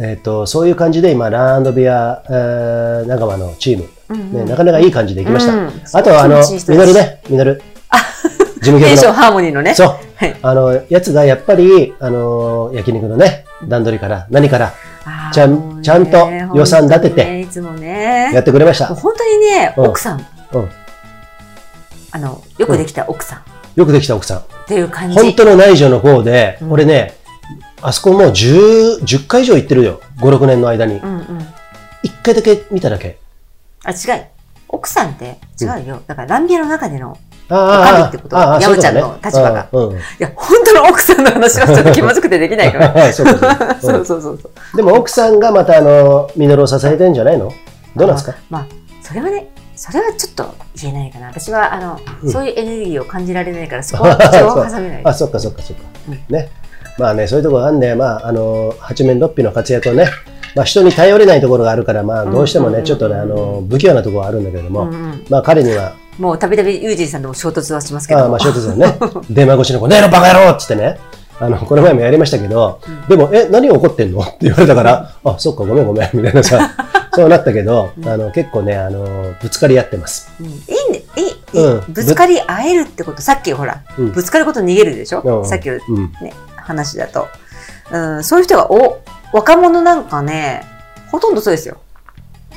えっ、と、そういう感じで今、ランドビア、えー仲間のチーム、ねなかなかいい感じでいきました。うんあとは、あの、気持ちいい人ミですノルね。ミノル。あ事務テ局ンショの。ンハーモニーのね。そう。はいあの、やつがやっぱり、あのー焼肉のね、段取りから、何からあーちゃんもうねちゃんと予算立てて本当にねいつもね。やってくれましたもう。本当にね、うん奥さん。うんあの、よくできた奥さんっよくできた奥さん。ていう感じ。本当の内助の方で、うん俺ね、あそこもう10、10回以上行ってるよ。5、6年の間に。うんうん。 1回だけ見ただけ。あ、違う。奥さんって違うよ。だからランビアの中での、あわかるってこと山ちゃんの立場が。そういうことねいや、本当の奥さんの話はちょっと気まずくてできないかああうん。 [laughs] そうかそうら。かう [laughs] そうんそうそうそう。でも奥さんがまたあの、ミノルを支えてんじゃないのどうなんですかまあ、それはね、それはちょっと言えないかな。私は、あの、うんそういうエネルギーを感じられないから、そこ [laughs] は口を挟めない。あ、そっかそっかそっかうん。ね。まあね、そういうところがあるんで、まあ、あの、八面六臂の活躍をね、まあ人に頼れないところがあるから、まあどうしてもうんうんね、うんちょっとね、あの、不器用なところはあるんだけれどうんも、うん、まあ彼には、もうたびたびユージンさんとも衝突はしますけあーどまもあ、。衝突だね。 [laughs] 電話越しの、この野郎バカ野郎っつってね。あの、この前もやりましたけど、うんでも、え、何怒ってんの [laughs] って言われたから、あ、そっか、ごめんごめん、みたいなさ、 [laughs] そうなったけど、うんあの、結構ね、あの、ぶつかり合ってます。うんいいね、いい、いいうんぶつかり合えるってこと、さっきほら、うんぶつかること逃げるでしょ、うんさっきのうん。話だと。うん、そういう人が、お、若者なんかね、ほとんどそうですよ。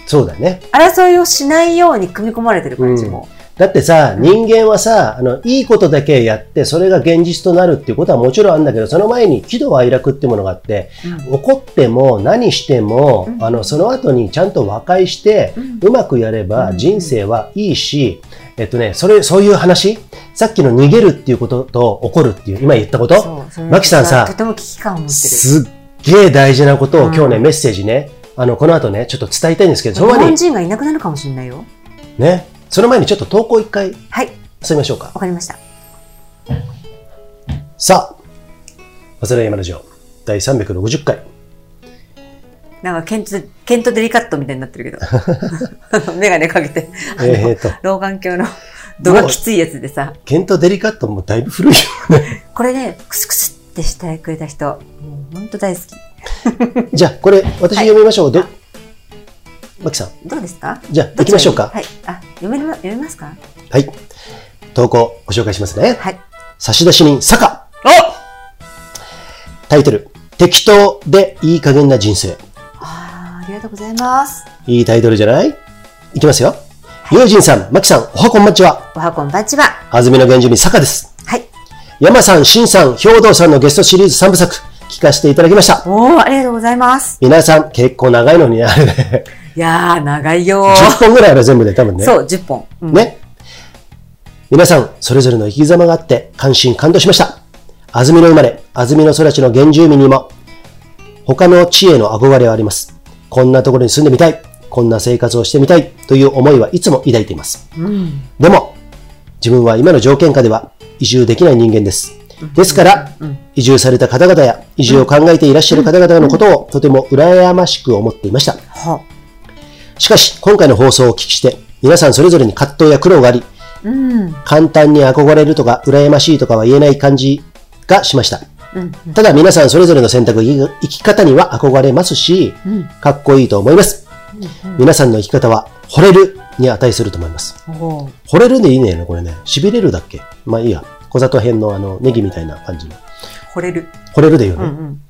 そうだね。争いをしないように組み込まれてる感じも。だってさ、人間はさ、あの、いいことだけやって、それが現実となるっていうことはもちろんあるんだけど、その前に喜怒哀楽ってものがあって、うん怒っても何しても、うんあの、その後にちゃんと和解して、うんうまくやればうん人生はいいし、えっとね、それ、そういう話さっきの逃げるっていうことと怒るっていう、今言ったことそうそれマキさんさとても危機感を持ってる。すっげえ大事なことをうん今日ね、メッセージね、あの、この後ね、ちょっと伝えたいんですけど、そ日の前本に、人がいなくなるかもしれないよ。ね、その前にちょっと投稿一回、はい、進みましょうか。わかりました。さあ、早稲田山ラジオ、第360回。なんかケント、ケントデリカットみたいになってるけど。 [laughs] あのメガネかけて、あのえーと、老 [laughs] 眼鏡の度がきついやつでさ。ケントデリカットもだいぶ古いよ [laughs] ね。これね、クスクスってしてくれた人、もう本当大好き。じゃあ、これ、私はい読みましょう。ど、マキさん、どうですかじゃあ、行きましょうか。どっちがいいはい。あ、読めま、読めますかはい。投稿、ご紹介しますね。はい。差出人、坂。タイトル、適当でいい加減な人生。あーありがとうございます。いいタイトルじゃないいきますよ。ユージンさん、マキさん、おはこんばんちは。おはこんばんちは。安住の源氏に坂です。はい。山さん、新さん、兵道さんのゲストシリーズ3部作、聞かせていただきました。おお、ありがとうございます。皆さん、結構長いのにね、あれね。いやー、長いよ10本ぐらいある全部で多分ー。ね。そう、10本。うんね。皆さん、それぞれの生き様があって、感心感動しました。安曇野生まれ、安曇野育ちの原住民にも、他の地への憧れはあります。こんなところに住んでみたい。こんな生活をしてみたいという思いはいつも抱いています。でも、自分は今の条件下では移住できない人間です。ですから、移住された方々や移住を考えていらっしゃる方々のことをとても羨ましく思っていました。は。しかし、今回の放送をお聞きして、皆さんそれぞれに葛藤や苦労があり、うん。簡単に憧れるとか、羨ましいとかは言えない感じがしました。うん。ただ皆さんそれぞれの選択、生き生き方には憧れますし、かっこいいと思います。皆さんの生き方は惚れるに値すると思います。おー惚れるでいいねこれね。痺れるだっけまあいいや。小里編のあのネギみたいな感じの。惚れる。惚れるでいいようね。んうん。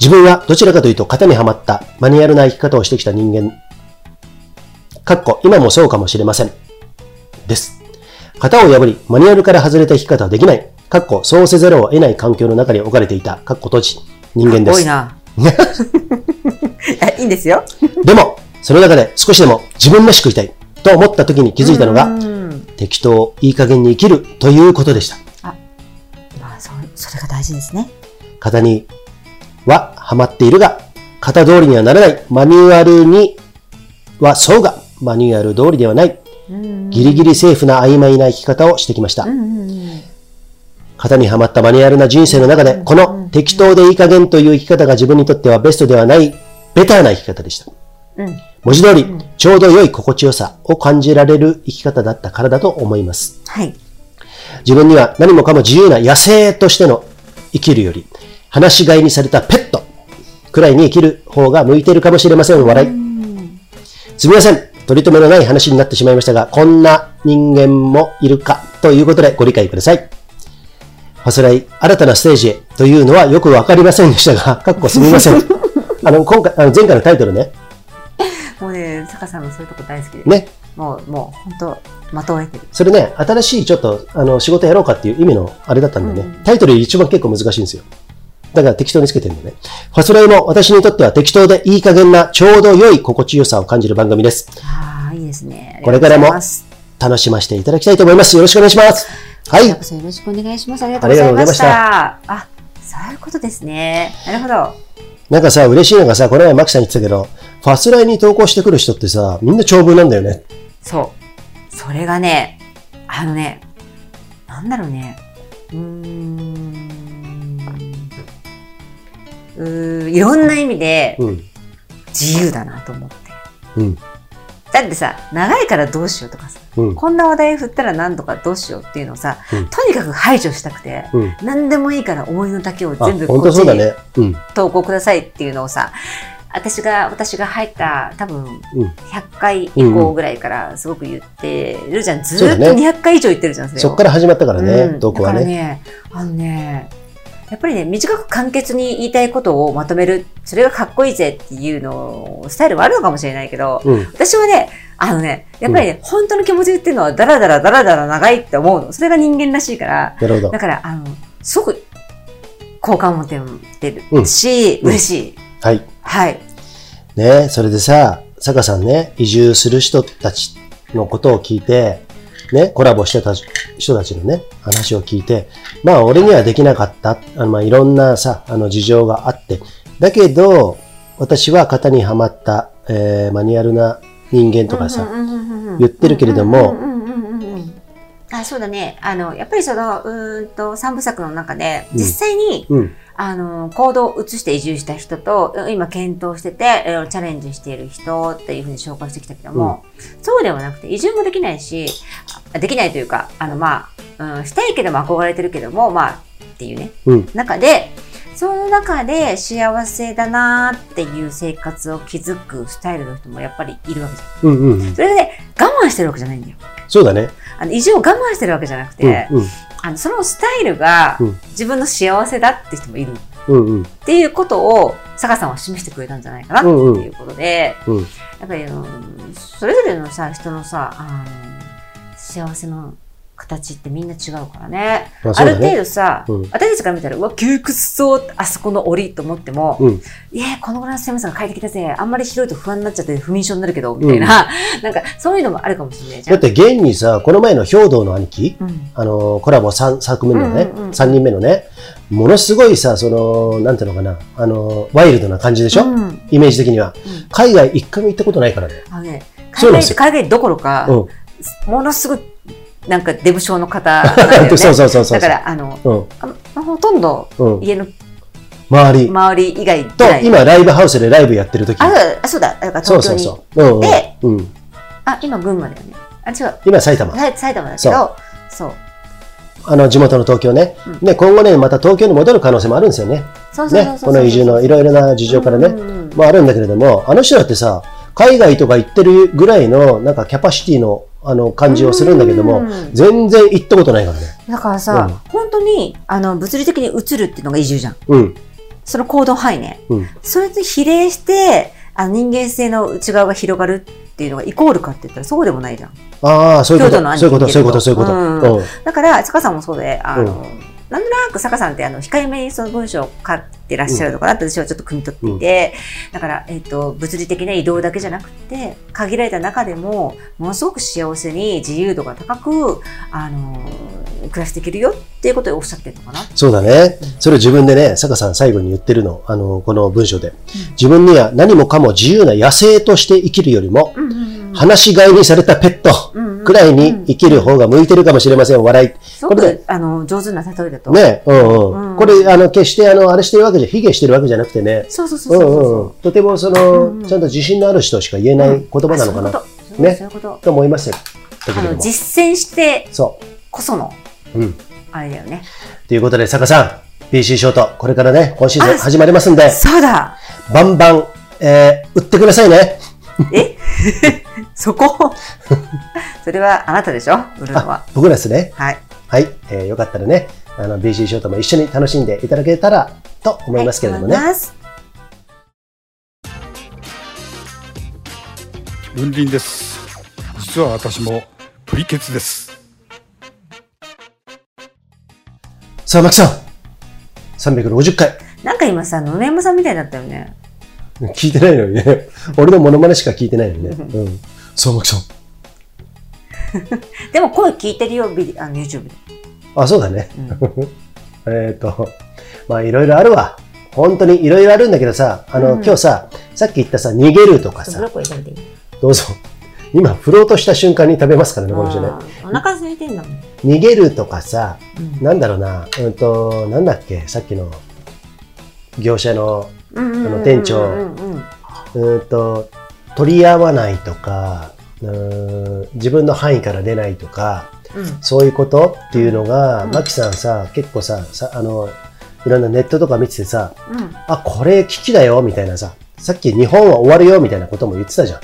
自分はどちらかというと型にはまったマニュアルな生き方をしてきた人間。かっこ今もそうかもしれません。です。型を破り、マニュアルから外れた生き方はできない。かっこそうせざるを得ない環境の中に置かれていた、かっこ閉じ、人間で多すい。 [laughs] な。いやいいんですよ。でも、その中で少しでも自分らしくいたいと思った時に気づいたのうが、ん適当、いい加減に生きるということでした。まあそ、それが大事ですね。型にはハマっているが、型通りにはならない。マニュアルにはそうが、マニュアル通りではない。ギリギリセーフな曖昧な生き方をしてきましたう。んうんうん。型にはまったマニュアルな人生の中で、この適当でいい加減という生き方が自分にとってはベストではない、ベターな生き方でした。うん。文字通り、ちょうど良い心地よさを感じられる生き方だったからだと思います。はい。自分には何もかも自由な野生としての生きるより、放し飼いにされたペットくらいに生きる方が向いているかもしれません。笑い。すみません。取り留めのない話になってしまいましたが、こんな人間もいるかということでご理解ください。ファスライ、新たなステージへというのはよくわかりませんでしたが、かっこすみません。あの、今回、あの前回のタイトルね、もうね、坂さんのそういうとこ大好きで。ね、もう、もう、本当まとえてる。それね、新しいちょっとあの仕事やろうかっていう意味のあれだったんだよね、タイトル一番結構難しいんですよ。だから適当につけてるんだよね。ファスライも私にとっては適当でいい加減なちょうど良い心地よさを感じる番組です。ああ、いいですね。これからもありがとうございます楽しませていただきたいと思います。よろしくお願いします。はこいちら。こそよろしくお願いします。ありがとうございました。あそういうことですね。なるほど。なんかさ、嬉しいのがさ、この前マキさん言ってたけど、ファスライに投稿してくる人ってさ、みんな長文なんだよね。そう。それがね、あのね、なんだろうね。うーん。うーんいろんな意味でうん。自由だなと思って。うん。だってさ、長いからどうしようとかさ、うん。こんな話題振ったら何とかどうしようっていうのをさ、うんとにかく排除したくて、うん。何でもいいから思いの丈をあ、全部こ本っ当ちそうだにね。うん。投稿くださいっていうのをさ、私が、私が入った多う分ん100回以降ぐらいからすごく言ってるじゃん。ずーっとそうだね200回以上言ってるじゃん、それを。そっから始まったからうねん、投稿はだからね。ね、あのね、やっぱりね、短く簡潔に言いたいことをまとめる、それがかっこいいぜっていうの、スタイルはあるのかもしれないけど、うん。私はね、あのね、やっぱりね、本当の気持ちで言ってるのは、だらだらだらだら長いって思うの。それが人間らしいから、なるほどだ。から、あの、すごく、好感を持ってうるんし、うん嬉しい。はい。はい。ねそれでさ、坂さんね、移住する人たちのことを聞いて、ね、コラボしてた人たちのね、話を聞いて、まあ俺にはできなかった、あのまあいろんなさ、あの事情があって、だけど、私は型にはまった、えーマニュアルな人間とかさ、うんうんうんうんうん言ってるけれどもうんうんうんうんうんあそうだね。あの、やっぱりその、うーんと、三部作の中で、うん実際に、うん、あの、行動を移して移住した人と、うん今検討してて、えーチャレンジしている人っていうふうに紹介してきたけども、そうではなくて、移住もできないし、あできないというか、あの、まあ、うん、したいけども憧れてるけども、まあ、っていうね、うん中で、その中で幸せだなーっていう生活を築くスタイルの人もやっぱりいるわけじゃん。うん、うんうん。それでね、我慢してるわけじゃないんだよ。そうだね。あの、移住を我慢してるわけじゃなくて、うん、あの、そのスタイルがうん自分の幸せだって人もいる。うん、うん、っていうことを、坂さんは示してくれたんじゃないかなっていうことで、うんうんやっぱりあの、それぞれのさ、人のさ、あの幸せの形ってみんな違うからね。まああそうるだ程ね。度さ、うん私たちから見たら、うわ、窮屈そう、あそこの檻と思っても、うんいや、このぐらいの狭さが快適だぜ、あんまり広いと不安になっちゃって不眠症になるけど、みたいな、 [laughs] なんか、そういうのもあるかもしれないじゃだん。って現にさ、この前の兵道の兄貴、うん、あのコラボ 3, 作目のね、うんうんうん3人目のね、ものすごいさ、その、なんていうのかな、あの、ワイルドな感じでしょ、うんイメージ的には。海外一回も行ったことないからね。あのね、そうな海んで外すよ海外どころか、うん。ものすごい、なんか、デブ症の方なんだよね。 [laughs] そうそうそうそう。だから、あの、うん。あまほとんどうん。家の周り。周り以外ぐとら、い。今、ライブハウスでライブやってる時あ、そうだ、あそうだ、だからそう東京そうそに。う。うん、うんでうん。あ、今群馬だよね。あ、違う。今、埼玉。さ埼玉だけど、そう。あの、地元の東京ね。うで、今後ね、また東京に戻る可能性もあるんですよね。そうそうそうね。そうこの移住のいろいろな事情からね。うんうんうんまああるんだけれども、あの人だってさ、海外とか行ってるぐらいの、なんかキャパシティの、あの、感じをするんだけども、うん全然行ったことないからね。だからさ、本当に、あの、物理的に移るっていうのが移住じゃん。うん。その行動範囲ね。うん。それと比例して、あの人間性の内側が広がるっていうのがイコールかって言ったらそうでもないじゃん。ああ、そういうこ京都との。そういうこと、兄貴そういうこと、そういうこと。うんうん。だから、坂さんもそうで、あの、なんとなく坂さんってあの、控えめにその文章を書いてらっしゃるのかなって私はちょっと汲み取っていて、だから、えっ、と、物理的な移動だけじゃなくて、限られた中でも、ものすごく幸せに自由度が高く、あの、暮らしていけるよっていうことをおっしゃってるのかな。そうだねうん。それを自分でね、坂さん最後に言ってるの、あの、この文章で。自分には何もかも自由な野生として生きるよりも、うんうん放し飼いにされたペットうん。くらいに生きる方が向いてるかもしれません。笑い。すごこれく、あの、上手な例えだと。。ね、うんううんん。これ、あの、決して、あの、あれしてるわけじゃ、卑下してるわけじゃなくてね、そうそうそううんそううそんうん。とても、その、うんうんちゃんと自信のある人しか言えう。ないうん言葉なのかな、あそういうことねそういうこと。と思いますよ。だけあれどの、も。実践してそこその、う。うん。あれだよね。ということで、坂さん、PC ショート、これからね、今シーズあン始まりますんで、そうだバンバン、えー、売ってくださいね。そこそれはあなたでしょ売るのはあ。、僕らですね。はい。はい。えー、よかったらね、あの、BC ショートも一緒に楽しんでいただけたらと思いますけれどもね。はい思います文林です実は私もプリケツですさあ、マキさん、360回。なんか今さ、野々山さんみたいだったよね。聞いてないのにね。 [laughs] 俺のモノマネしか聞いてないのにね。うん。そう、マキさん。でも声聞いてるよ、ビリあの YouTube で。あ、そうだね。うん [laughs] えっと、まあ、いろいろあるわ。本当にいろいろあるんだけどさ、あの、うん今日さ、さっき言ったさ、逃げるとかブロさ、ッコリー食べていいどうぞ。今、振ろうとした瞬間に食べますからね、この人ねあ。ーお腹空いてんだもん。逃げるとかさ、うんなんだろうな、うんと、なんだっけ、さっきの、業者の、うんうんうんうんうんあの店長うんうんうんと、取り合わないとか、うん自分の範囲から出ないとか、そういうことっていうのが、うんマキさんさ、結構さ、さ、あの、いろんなネットとか見ててさ、うんうんあ、これ危機だよ、みたいなさ、さっき日本は終わるよ、みたいなことも言ってたじゃん。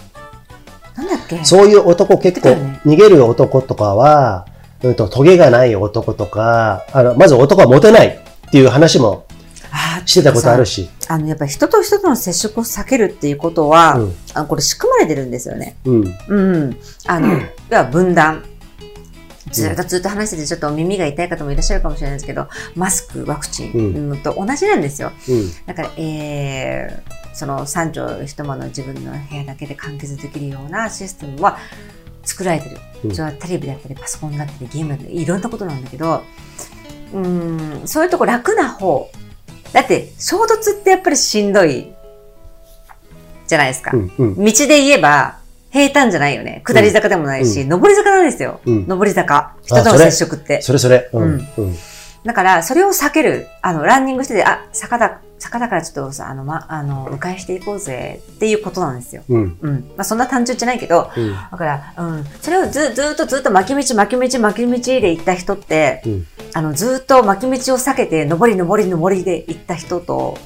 なんだっけそういう男結構言ってたよね、逃げる男とかは、うんと、トゲがない男とか、あの、まず男はモテないっていう話もあーしてたことあるし、あの、やっぱり人と人との接触を避けるっていうことは、うんあのこれ仕組まれてるんですよね。うん、うん。あの、要は分断。ずっとずっと話してて、ちょっと耳が痛い方もいらっしゃるかもしれないですけど、マスク、ワクチうンのと同じなんですよ。うん、だから、えー、その三畳一間の自分の部屋だけで完結できるようなシステムは作られてる。うんそれはテレビだったり、パソコンだったり、ゲームだったり、いろんなことなんだけど、うーん、そういうとこ楽な方。だって、衝突ってやっぱりしんどいじゃないですか。うん、うん、道で言えば、平坦じゃないよね。下り坂でもないし、上り坂なんですよ。うん上り坂。人とあのそれ接触って。それそれ、うん、ううんん、うん、だから、それを避ける。あの、ランニングしてて、あ、坂だ、坂だからちょっとさ、あの、ま、あの、迂回していこうぜっていうことなんですよ。うん、うん。まあ、そんな単純じゃないけど、だから、うん。それをず、ずーっとずーっと巻き道、巻き道、巻き道で行った人って、うんあの、ずーっと巻き道を避けて、上り、上り、上りで行った人と、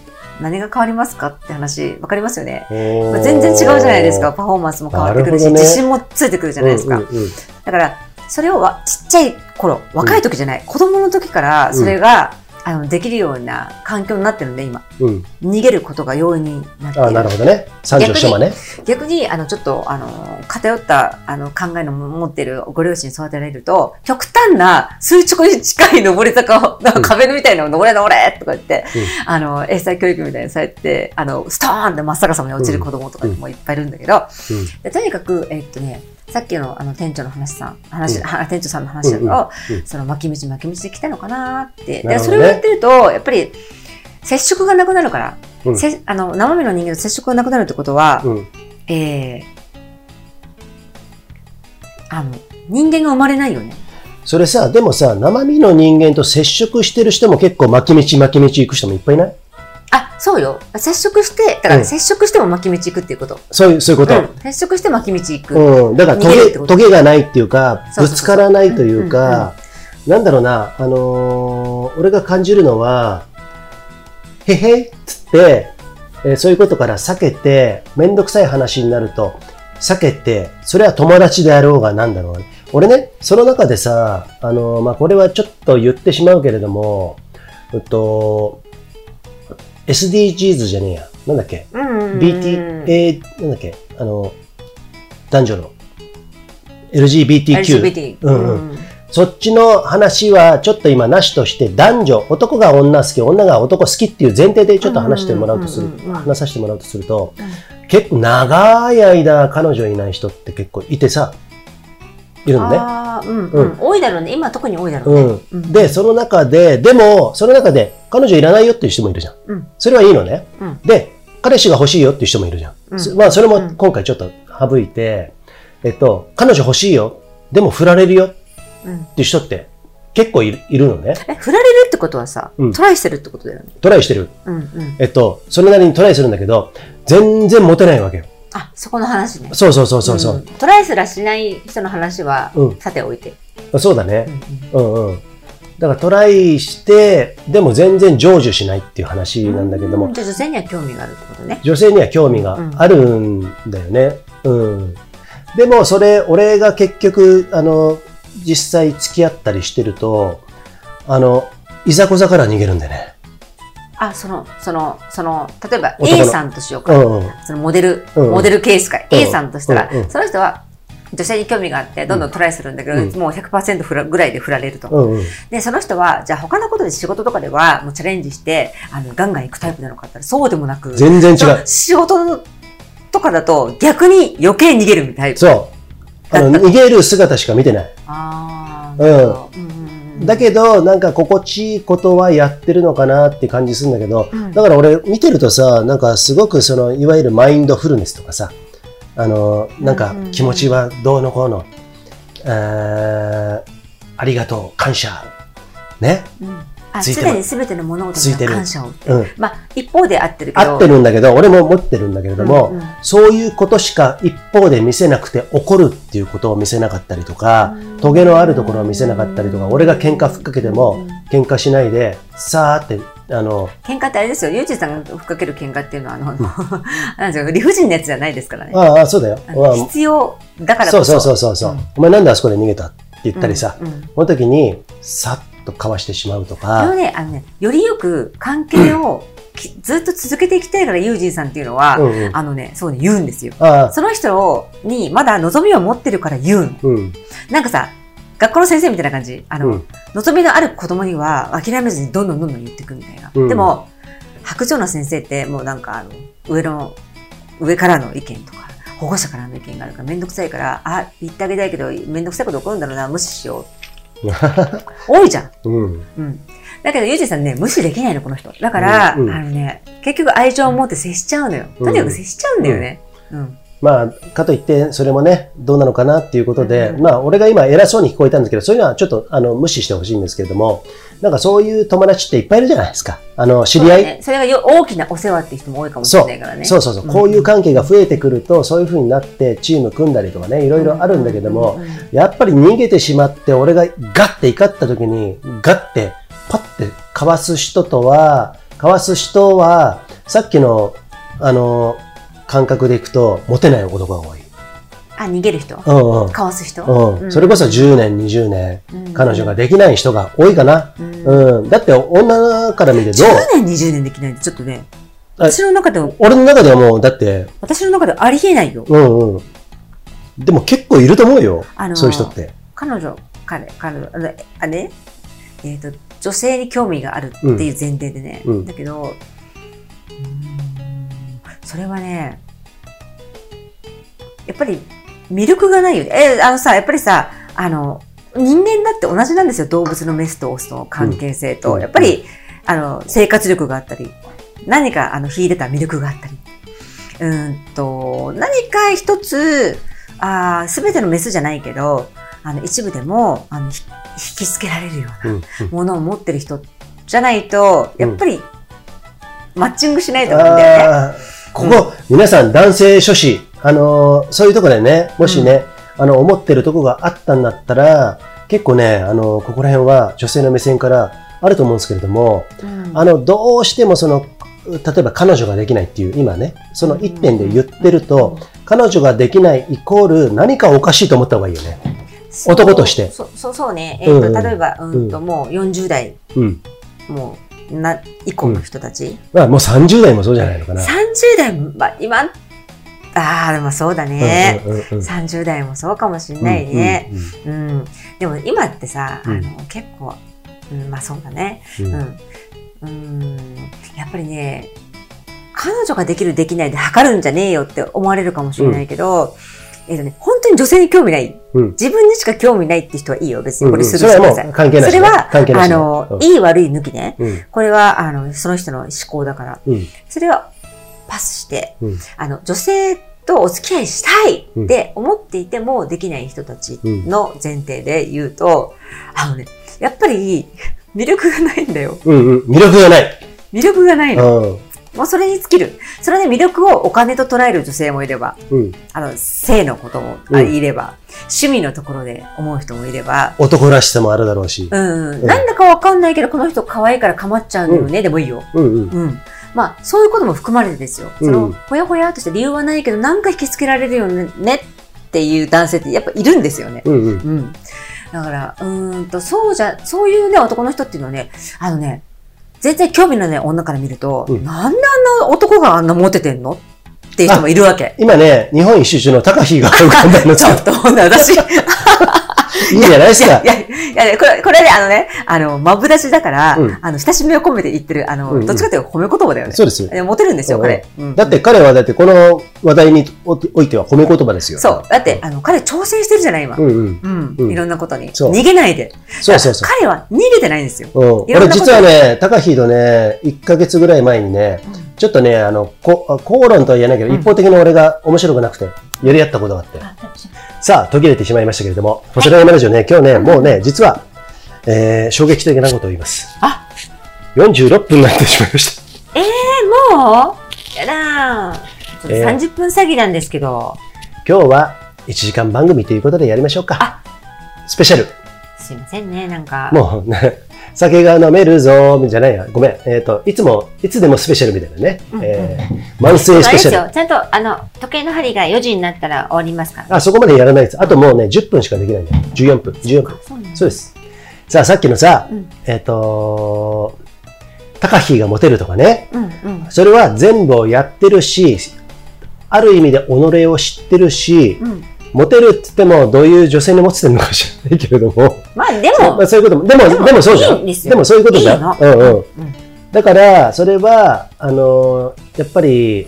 何が変わりますかって話、わかりますよね。まあ全然違うじゃないですか。パフォーマンスも変わってくるし、なるほどね自信もついてくるじゃないですか。うんうんうんだから、それをわちっちゃい頃、若い時じゃない、子供の時からそれが、あのできるような環境になってるんで、今。うん、逃げることが容易になっていあなるほどね。三条書馬ね。逆に、あの、ちょっと、あの、偏った、あの、考えの持ってるご両親に育てられると、極端な垂直に近い登り坂を、なんか壁みたいなのを登れ登れとか言って、あの、英才教育みたいにされて、あの、ストーンって真っ逆さまに落ちる子供とかもいっぱいいるんだけど、うんでとにかく、えっとね、さっきのあの店長の話さん、話、うんは店長さんの話だと、うんうんうんその巻き道巻き道で来たのかなって。でなるほそどれねをやってると、やっぱり、接触がなくなるから、うんせあの生身の人間と接触がなくなるってことは、うん、えーあの、人間が生まれないよね。それさ、でもさ、生身の人間と接触してる人も結構巻き道巻き道行く人もいっぱいいないあ、そうよ。接触して、だかうらん接触しても巻き道行くっていうこと。そういう、そういうこうん接触して巻き道行く。と。うん。だから、ト逃げるってゲ、こトとゲがないっていうか、そぶうそうそうつからないというか、なんだろうな、あのー俺が感じるのは、へへっつって、えーそういうことから避けて、めんどくさい話になると、避けて、それは友達であろうがなんだろうがね。俺ね、その中でさ、あの、まあ、これはちょっと言ってしまうけれども、えっと、SDGs じゃねえや。なんだっけうんうんうん ?BTA、なんだっけあの、男女の LGBTQ。 LGBT うんうんそっちの話はちょっと今なしとして男女、男が女好き、女が男好きっていう前提でちょっと話してもらうとするうんうんうんうん、話させてもらうとすると、結構長い間彼女いない人って結構いてさ、いるのね。ああ、うんうん、多いだろうね。今特に多いだろうね。うんん、で、その中で、でも、その中で、彼女いらないよっていう人もいるじゃん。うんそれはいいのね。うんで、彼氏が欲しいよっていう人もいるじゃん。うんそまあ、それうもん今回ちょっと省いて、えっと、彼女欲しいよ、でも振られるよってうんいう人って結構いるいるのね。え、振られるってことはさ、うんトライしてるってことだよね。トライしてる。うんうん。えっと、それなりにトライするんだけど、全然モテないわけよ。あ、そこの話ね。そうそうそうそうそんトライすらしない人の話は、うんさておいて。う。そうだうね。んうんうん。だからトライして、でも全然成就しないっていう話うんなんだけどもうん、じゃあ女性には興味があるってことね。女性には興味があるんだよね。うん。でも、それ、俺が結局、あの、実際付き合ったりしてると、あの、いざこざから逃げるんだよね。あ、その、その、その、例えば男の A さんとしよううか。んうん。そのモデル、うんうんモデルケースか、うん A さんとしたら、うんうんその人は女性に興味があって、どんどんトライするんだけど、うんもう100%振らぐらいで振られると。うんうん。で、その人は、じゃあ他のことで仕事とかでは、もうチャレンジして、あの、ガンガン行くタイプなのかって言ったら、そうでもなく、全然違。そう仕事とかだと、逆に余計逃げるみたい。そう。あの、だった逃げる姿しか見てない。ああ、なるほど。うんうんうんだけど、なんか心地いいことはやってるのかなって感じするんだけど、うんだから俺見てるとさ、なんかすごくその、いわゆるマインドフルネスとかさ、あの、なんかうんうん気持ちはどうのこうの、えーありがとう、感謝、ね、うんあついて常るに全ての物事ついてにる感謝をって。うん、まあ、一方で合ってるけど。合ってるんだけど、俺も持ってるんだけれども、うんうんそういうことしか一方で見せなくて怒るっていうことを見せなかったりとか、トゲのあるところを見せなかったりとか、俺が喧嘩ふっかけても、喧嘩しないで、さーって、あの、喧嘩ってあれですよ、ゆうちさんがふっかける喧嘩っていうのは、あの、 [laughs] なんですか、理不尽なやつじゃないですからね。ああ、そうだよ。あまあの必要だからこそうそ。そうそうそうそう、お前なんであそこで逃げたって言ったりさ、うんうんその時に、さっとかわしてしまうとあのか、ね、あのね、よりよく関係をきずっと続けていきたいから、ユージンさんっていうのは、うんうん、ああのね、そうね、言うんですよ。あ、その人をに、まだ望みを持ってるから言うの。うん、なんかさ、学校の先生みたいな感じ。あの、うん [laughs] 望みのある子供には諦めずにどんどんどんどん言っていくみたいな。うんでも、白鳥の先生ってもうなんかあの、上の、上からの意見とか、保護者からの意見があるからめんどくさいから、あ、言ってあげたいけど、めんどくさいこと起こるんだろうな、無視しよう。多いじゃん。うん、うん。だけど、ゆうじさんね、無視できないの、この人。だから、うんうんあのね、結局愛情を持って接しちゃうのよ。うんとにかく接しちゃうんだよね。うん。まあ、かといって、それもね、どうなのかなっていうことで、うんうんまあ、俺が今偉そうに聞こえたんですけど、そういうのはちょっと、あの、無視してほしいんですけれども、なんかそういう友達っていっぱいいるじゃないですか。あの、知り合い、そうだねそれがよ大きなお世話っていう人も多いかもしれないからね。そうそうそう、こういう関係が増えてくると、そういうふうになって、チーム組んだりとかね、いろいろあるんだけども、うんうんうんやっぱり逃げてしまって、俺がガッて怒った時に、ガッて、パッてかわす人とは、かわす人は、さっきの、あの、感覚でいくと、モテない男が多い。あ、逃げる人うんうん。かわす人、うん、それこそ10年、20年、うん彼女ができない人が多いかな。うんうん。だって、女から見てどう10年、20年できないってちょっとね、あ私の中でも、俺の中ではもう、だって、私の中ではありえないよ。うんうん。でも結構いると思うよ。あのーそういう人って。彼女、彼、彼女、あのあね、えっ、と、女性に興味があるっていう前提でね、うんだけど、うーんそれはね、やっぱり魅力がないよね。えあのさ、やっぱりさ、あの、人間だって同じなんですよ。動物のメスとオスの関係性と。うんやっぱり、あの、生活力があったり、何か、あの、秀でた魅力があったり。うーんと、何か一つ、あすべてのメスじゃないけど、あの、一部でも、あの、ひ引きつけられるよううなんうんものを持ってる人じゃないと、うんやっぱり、マッチングしないと思うんだよね。あーここ、皆さん男性諸子、あのーそういうとこでね、もしね、あの、思ってるとこがあったんだったら、結構ね、あのーここら辺は女性の目線からあると思うんですけれども、うんあの、どうしてもその、例えば彼女ができないっていう、今ね、その一点で言ってると、彼女ができないイコール何かおかしいと思った方がいいよね。そう男としてそうそうそうね、えーとうん例えば、うんともう40代うん。もうな以降の人たち、まあもう30代もそうじゃないのかな。 30代は今ああでもそうだね、うんうんうんうん30代もそうかもしれないね、うんうんうんでも今ってさ、うんあの結構、うん、まあそうだねうんうん、うん、やっぱりね彼女ができるできないで測るんじゃねえよって思われるかもしれないけど、えっ、とね本当に女性に興味ない、うん自分にしか興味ないって人はいいよ別にこれするそれしはくだもさい、う関係ないそれは、関係ないあの、うんいい悪い抜きね。うんこれは、あの、その人の思考だから。うんそれは、パスして、うんあの、女性とお付き合いしたいって思っていてもできない人たちの前提で言うと、あのね、やっぱり、魅力がないんだよ。うんうん魅力がない。魅力がないの。うんもうそれに尽きる。それで魅力をお金と捉える女性もいれば、うんあの、性のこともうんいれば、趣味のところで思う人もいれば、男らしさもあるだろうし。うん、なんだかわかんないけど、この人可愛いから構っちゃうんだよね、でもいいよ。うんうんうん。まあ、そういうことも含まれてですよ。その、うんほやほやっとした理由はないけど、なんか引きつけられるよねっていう男性ってやっぱいるんですよね。うんうんうん。だから、うーんと、そうじゃ、そういうね、男の人っていうのはね、あのね、全然興味のない女から見ると、うんなんであんな男があんなモテてんのっていう人もいるわけ。今ね、日本一周中の高飛が浮かんだんです [laughs] ち [laughs] ょけっと、私、いど、いいじゃないですか。や、いやね、これ、これね、あのね、あの、マブダチだから、うんあの、親しみを込めて言ってる、あの、うんうんどっちかというと褒め言葉だよね。そうですよ。でモテるんですよ、彼。うんだって彼はだってこの話題においては褒め言葉ですよ。そう。だって、あの、彼挑戦してるじゃない、今。うんうん。うん。うんいろんなことに。そう逃げないで。そうそうそう。彼は逃げてないんですよ。うん、いろん俺なこと実はね、高飛のね、1ヶ月ぐらい前にね、ちょっとね、あの、こあ口論とは言えないけど、うん一方的に俺が面白くなくて、やり合ったことがあって。さあ、途切れてしまいましたけれども、こちらのラジオね、今日ね、もうね、実は、えー、衝撃的なことを言います。あ46分になってしまいました。えー、もうやだー。ちょっとえー30分詐欺なんですけど。今日は1時間番組ということでやりましょうか。スペシャル。すいませんね、なんか。もう、 [laughs] ね、酒が飲めるぞー、じゃないや。ごめん。えっ、と、いつも、いつでもスペシャルみたいなね。うんうんえー、慢性スあれペでシすャよル。。ちゃんと、あの、時計の針が4時になったら終わりますから。あ、そこまでやらないです。あともうね、10分しかできないんだよ。14分、14分。そうなんだそうです。さあ、さっきのさ、うんえっ、とタカヒーがモテるとかね、うんうん。それは全部をやってるし、ある意味で己を知ってるし、うん、モテるって言っても、どういう女性にモテてるのか知らないけれども、まあでそうも、まあ、そういうことも、でも、ででももそうじゃん。いいんですよもそういうことじゃいいん。のうんうん。うんだから、それは、あのーやっぱり、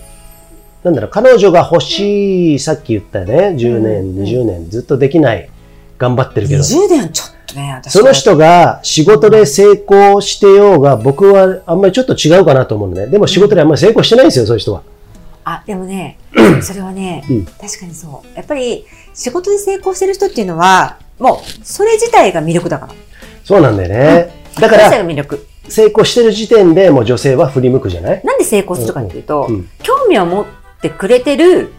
なんだろう、彼女が欲しい、さっき言ったね、10うん年、20年、ずっとできない、頑張ってるけど。 20年ちょっとね、私その人が仕事で成功してようが、僕はあんまりちょっと違うかなと思うのね。でも仕事であんまり成功してないんですよ、そういう人は。あ、でも [clears throat] ね、それはね、うん確かにそう。やっぱり、仕事で成功してる人っていうのは、もう、それ自体が魅力だから。そうなんだよね。だかそれら、自体が魅力。成功してる時点でもう女性は振り向くじゃないなんで成功するかっていうと、うんうん興味を持ってくれてる、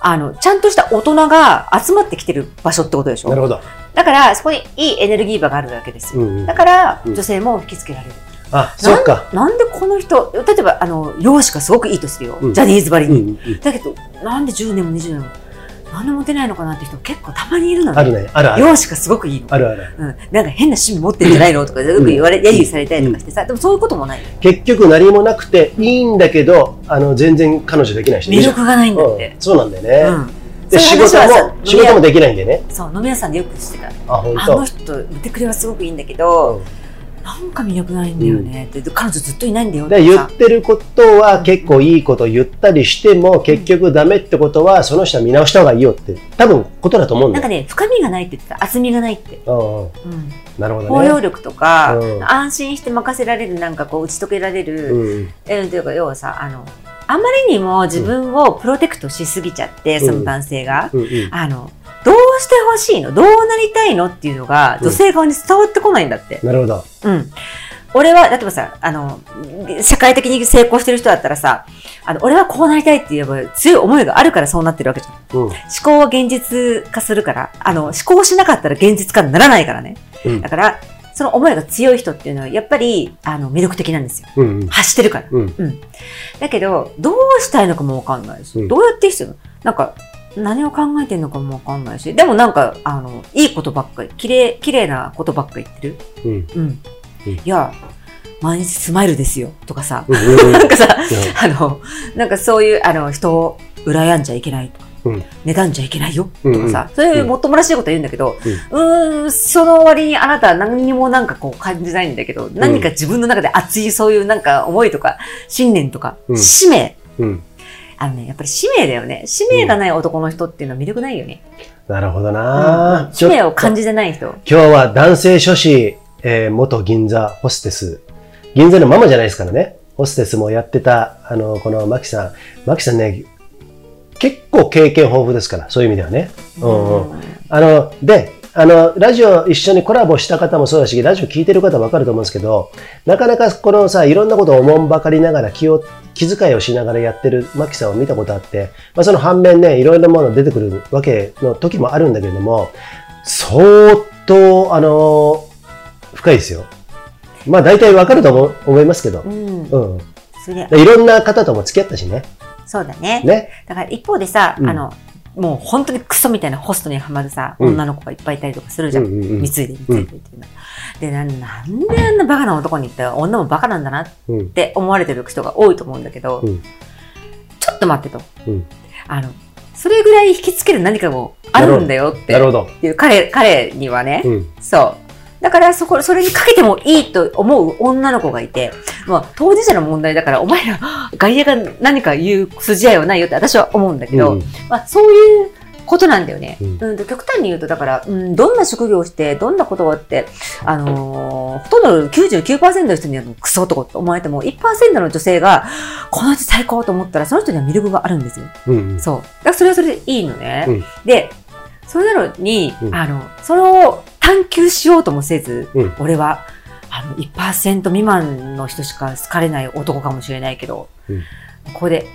あの、ちゃんとした大人が集まってきてる場所ってことでしなるょほど。だから、そこにいいエネルギー場があるわけですうよ。んうんだから、うん女性も引きつけられる。あ、そっか。なんでこの人、例えば、あの、容姿がすごくいいとするよ。うんジャニーズばりうんうに。んうんだけど、なんで10年も20年も、なんでモテないのかなって人結構たまにいるのあるね。ね。あるある。容姿がすごくいいの。あるある。うん、なんか変な趣味持ってるんじゃないのとか、よく言われ、うん揶揄されたりとかしてさ、でもそういうこともない。結局何もなくていいんだけど、あの、全然彼女できない人い魅るじゃん力がないんだってうん。そうなんだうよね。ん。で、そ仕ういう事話はさも、仕事もできないんでね。そう、飲み屋さんでよくしてた。あ、本あの当。人、見てくれはすごくいいんだけど、なんか魅力ないんだよねって、で彼女ずっといないんだよってで言さっ。てることは結構いいこと言ったりしても結局ダメってことはその人は見直した方がいいよって多分ことだと思うんなだんかよ。ね、深みがないって言ってた。厚みがないって。うんうんうん。なるほど包ね。容力とか、うん安心して任せられる、なんかこう、打ち解けられる、うんえーというか、要はさ、あの、あまりにも自分をプロテクトしすぎちゃって、うんその男性が。うんうんあの、どうしてほしいのどうなりたいのっていうのが、うん女性側に伝わってこないんだって。なるほど。うん。俺は、例えばさ、あの、社会的に成功してる人だったらさ、あの、俺はこうなりたいって言えば強い思いがあるからそうなってるわけじゃん。うん思考は現実化するから、あの、思考しなかったら現実化にならないからね。うんだから、その思いが強い人っていうのは、やっぱり、あの、魅力的なんですよ。うんうん発してるから。うんだけど、どうしたいのかもわかんないし、うんどうやって必要なのなんか、何を考えてるのかもわかんないし、でもなんか、あの、いいことばっかり、綺麗、綺麗なことばっかり言ってる。うんうん。うんいや、毎日スマイルですよ、とかさ、うんうんなんかさ、 [laughs] あの、なんかそういう、あの、人を羨んじゃいけないとか、うん妬んじゃいけないよ、うんとかさ、そういうもっともらしいこと言うんだけど、うーん、その割にあなたは何にもなんかこう感じないんだけど、何か自分の中で熱いそういうなんか思いとか、信念とか、うん使命。うんあのね、やっぱり使命だよね。使命がない男の人っていうのは魅力ないよね。なるほどうなんち使ょっ命とを感じてない人。今日は男性諸子、えー元銀座ホステス。銀座のママじゃないですからね。ホステスもやってた、あの、このマキさん。マキさんね、結構経験豊富ですから、そういう意味ではね。うんうん。あの、で、あの、ラジオ一緒にコラボした方もそうだし、ラジオ聞いてる方わかると思うんですけど、なかなかこのさ、いろんなことをおもんばかりながら気を、気遣いをしながらやってるマキさんを見たことあって、まあ、その反面ね、いろいろなもの出てくるわけの時もあるんだけれども、相当、あの深いですよ。まあ大体わかると思思いますけどう、ん。うん。そりゃ、でいろんな方とも付き合ったしね。そうだね。ね。だから一方でさ、うんあの、もう本当にクソみたいなホストにはまるさ、うん女の子がいっぱいいたりとかするじゃん。うんうんうん貢いで貢いでっていうの。でな、なんであんなバカな男に言ったら女もバカなんだなっうん。て思われてる人が多いと思うんだけど、うんちょっと待ってと。うんあの、それぐらい引きつける何かもあるんだよっなるてほど。いう彼、彼にはね、うん。そう。だから、そこ、それにかけてもいいと思う女の子がいて、まあ、当事者の問題だから、お前ら、外野が何か言う筋合いはないよって私は思うんだけど、うんまあ、そういうことなんだよね。うんうんと極端に言うと、だから、うん、どんな職業をして、どんなことがあって、あのーほとんど99%の人にはクソ男って思われても、1%の女性が、この人最高と思ったら、その人には魅力があるんですよ。うん。そう。だからそれはそれでいいのね。うんで、それなのに、うんあの、それを探求しようともせず、うん俺は、あの、1%未満の人しか好かれない男かもしれないけど、うんここで、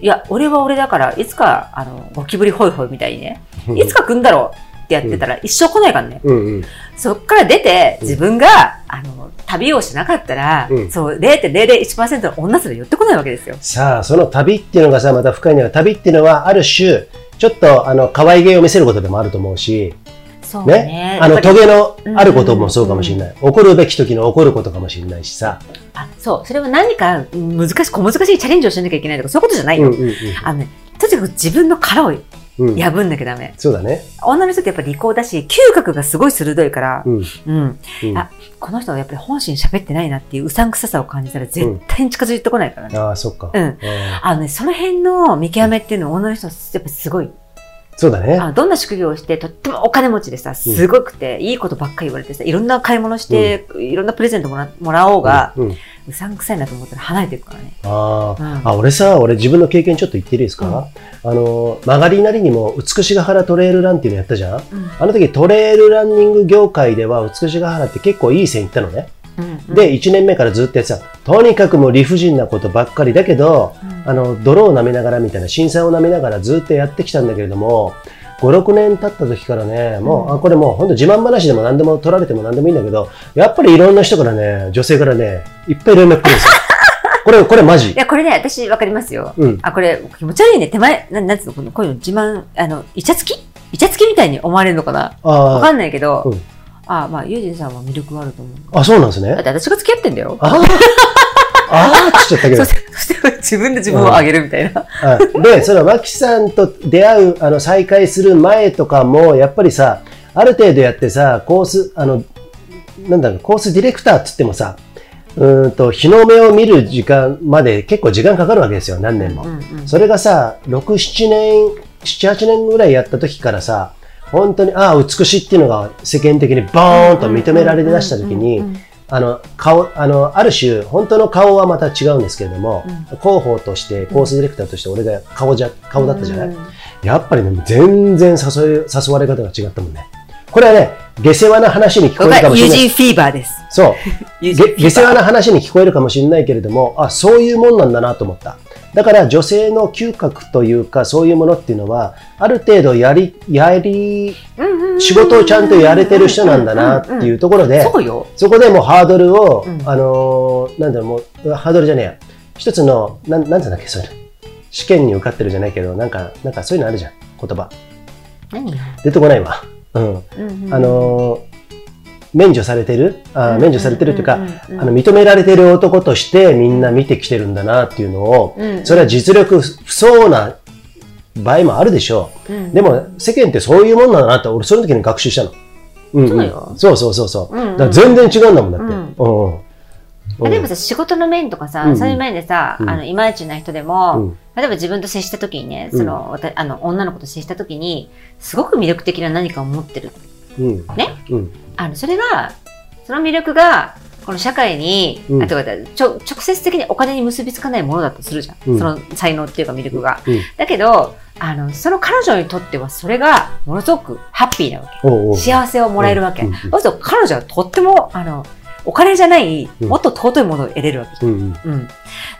いや、俺は俺だから、いつか、あの、ゴキブリホイホイみたいにね、いつか来んだろうってやってたら、一生来ないからね。うんうん。そっから出て、うん自分が、あの、旅をしなかったら、うんそう、0.001%の女すら寄ってこないわけですよ。さあ、その旅っていうのがさ、また深いのが、旅っていうのは、ある種、ちょっと、あの、可愛げを見せることでもあると思うし、そうね。ね。やあっの、ぱりトゲのあることもそうかもしれない。怒るべき時の怒ることかもしれないしさ。あそう、それは何かうん難しい、小難しいチャレンジをしなきゃいけないとか、そういうことじゃないよ。うんあのね、とにかく自分の殻をうんうん。破んなきゃダメ。そうだね。女の人ってやっぱり利口だし、嗅覚がすごい鋭いから、うん。うん。うんあこの人はやっぱり本心喋ってないなっていううさんくささを感じたら絶対に近づいてこないからね。ああ、そっか。うん。あーあのね、その辺の見極めっていうのは女の人はやっぱすごい。そうだねあ。のどんな職業をして、とってもお金持ちでさ、すごくて、いいことばっかり言われてさ、いろんな買い物して、いろんなプレゼントもらもらおうが、うんうんうさんくさいなと思ったら離れていくからね。あうーんあ、俺さ、俺自分の経験ちょっと言っていいですか、あの、曲がりなりにも、美しが原トレイルランっていうのやったじゃんうんあの時トレイルランニング業界では、美しが原って結構いい線いったのね。うんうんで、1年目からずっとやってた。とにかくもう理不尽なことばっかりだけど、うんあの、泥を舐めながらみたいな、震災を舐めながらずっとやってきたんだけれども、5、6年経った時からね、もう、うんあ、これもう本当自慢話でも何でも取られても何でもいいんだけど、やっぱりいろんな人からね、女性からね、いっぱい連絡来るん [laughs] ですよ。これ、これマジい。や、これね、私わかりますよ。うん。あ、これ気持ち悪いね。手前、なんなんつうの、このこういうの自慢、あの、イチャつきイチャつきみたいに思われるのかなわあかんないけど、うんあ、まあ、ユージンさんは魅力があると思う。あ、あ、そうなんですだっ [laughs] ね。て私が付き合ってんだよ。ああ、ああ、つっちゃったけど [laughs] そし。て、そして自分で自分をあげるみたいな。はいで、その脇さんと出会う、あの、再会する前とかも、やっぱりさ、ある程度やってさ、コース、あの、なんだろう、コースディレクターって言ってもさ、うーんと、日の目を見る時間まで結構時間かかるわけですよ、何年も。うんうんそれがさ、6、7年、7、8年ぐらいやった時からさ、本当に、ああ、美しいっていうのが世間的にバーンと認められ出した時にうんうんうんうん、あの、顔、あの、ある種、本当の顔はまた違うんですけれども、広報として、コースディレクターとして俺が顔じゃ、顔だったじゃない、うんやっぱりね、全然誘い、誘われ方が違ったもんね。これはね、下世話な話に聞ここれえるかがもしユーれなジい。ンフィーバーです。そう。ユージンげ下世話な話に聞こえるかもしれないけれども、あ、そういうもんなんだなと思った。だから女性の嗅覚というかそういうものっていうのはある程度やりやり仕事をちゃんとやれてる人なんだなっていうところでそうよ。そこでもうハードルを、うんあのーなんだろうもうハードルじゃねえや一つのなんなんつうんだっけそういうの試験に受かってるじゃないけどなんかなんかそういうのあるじゃん言葉何よ出てこないわ、うん、あのー免除されてるあー免除されてるというか、ああの、認められてる男としてみんな見てきてるんだなっていうのを、それは実力不相応な場合もあるでしょう。でで、も世間ってそういうもんなんだなって俺その時に学習したの。うんそうそようそうそうそう。うんうんだから全然違うんだもんだって。うんうんうんうん例えばさ、仕事の面とかさ、うんそういう面でさ、うんあの、いまいちな人でうも、ん例えば自分と接した時にね、うんその、わたあの、女の子と接した時に、すごく魅力的な何かを持ってる。うんねうんあの、それが、その魅力が、この社会に、うんあとはちょ直接的にお金に結びつかないものだとするじゃん。うんその才能っていうか魅力が。うんだけど、あの、その彼女にとってはそれがものすごくハッピーなわけ。おうおう幸せをもらえるわけ。うんそうすると彼女はとっても、あの、お金じゃない、うんもっと尊いものを得れるわけ。うんうんうん。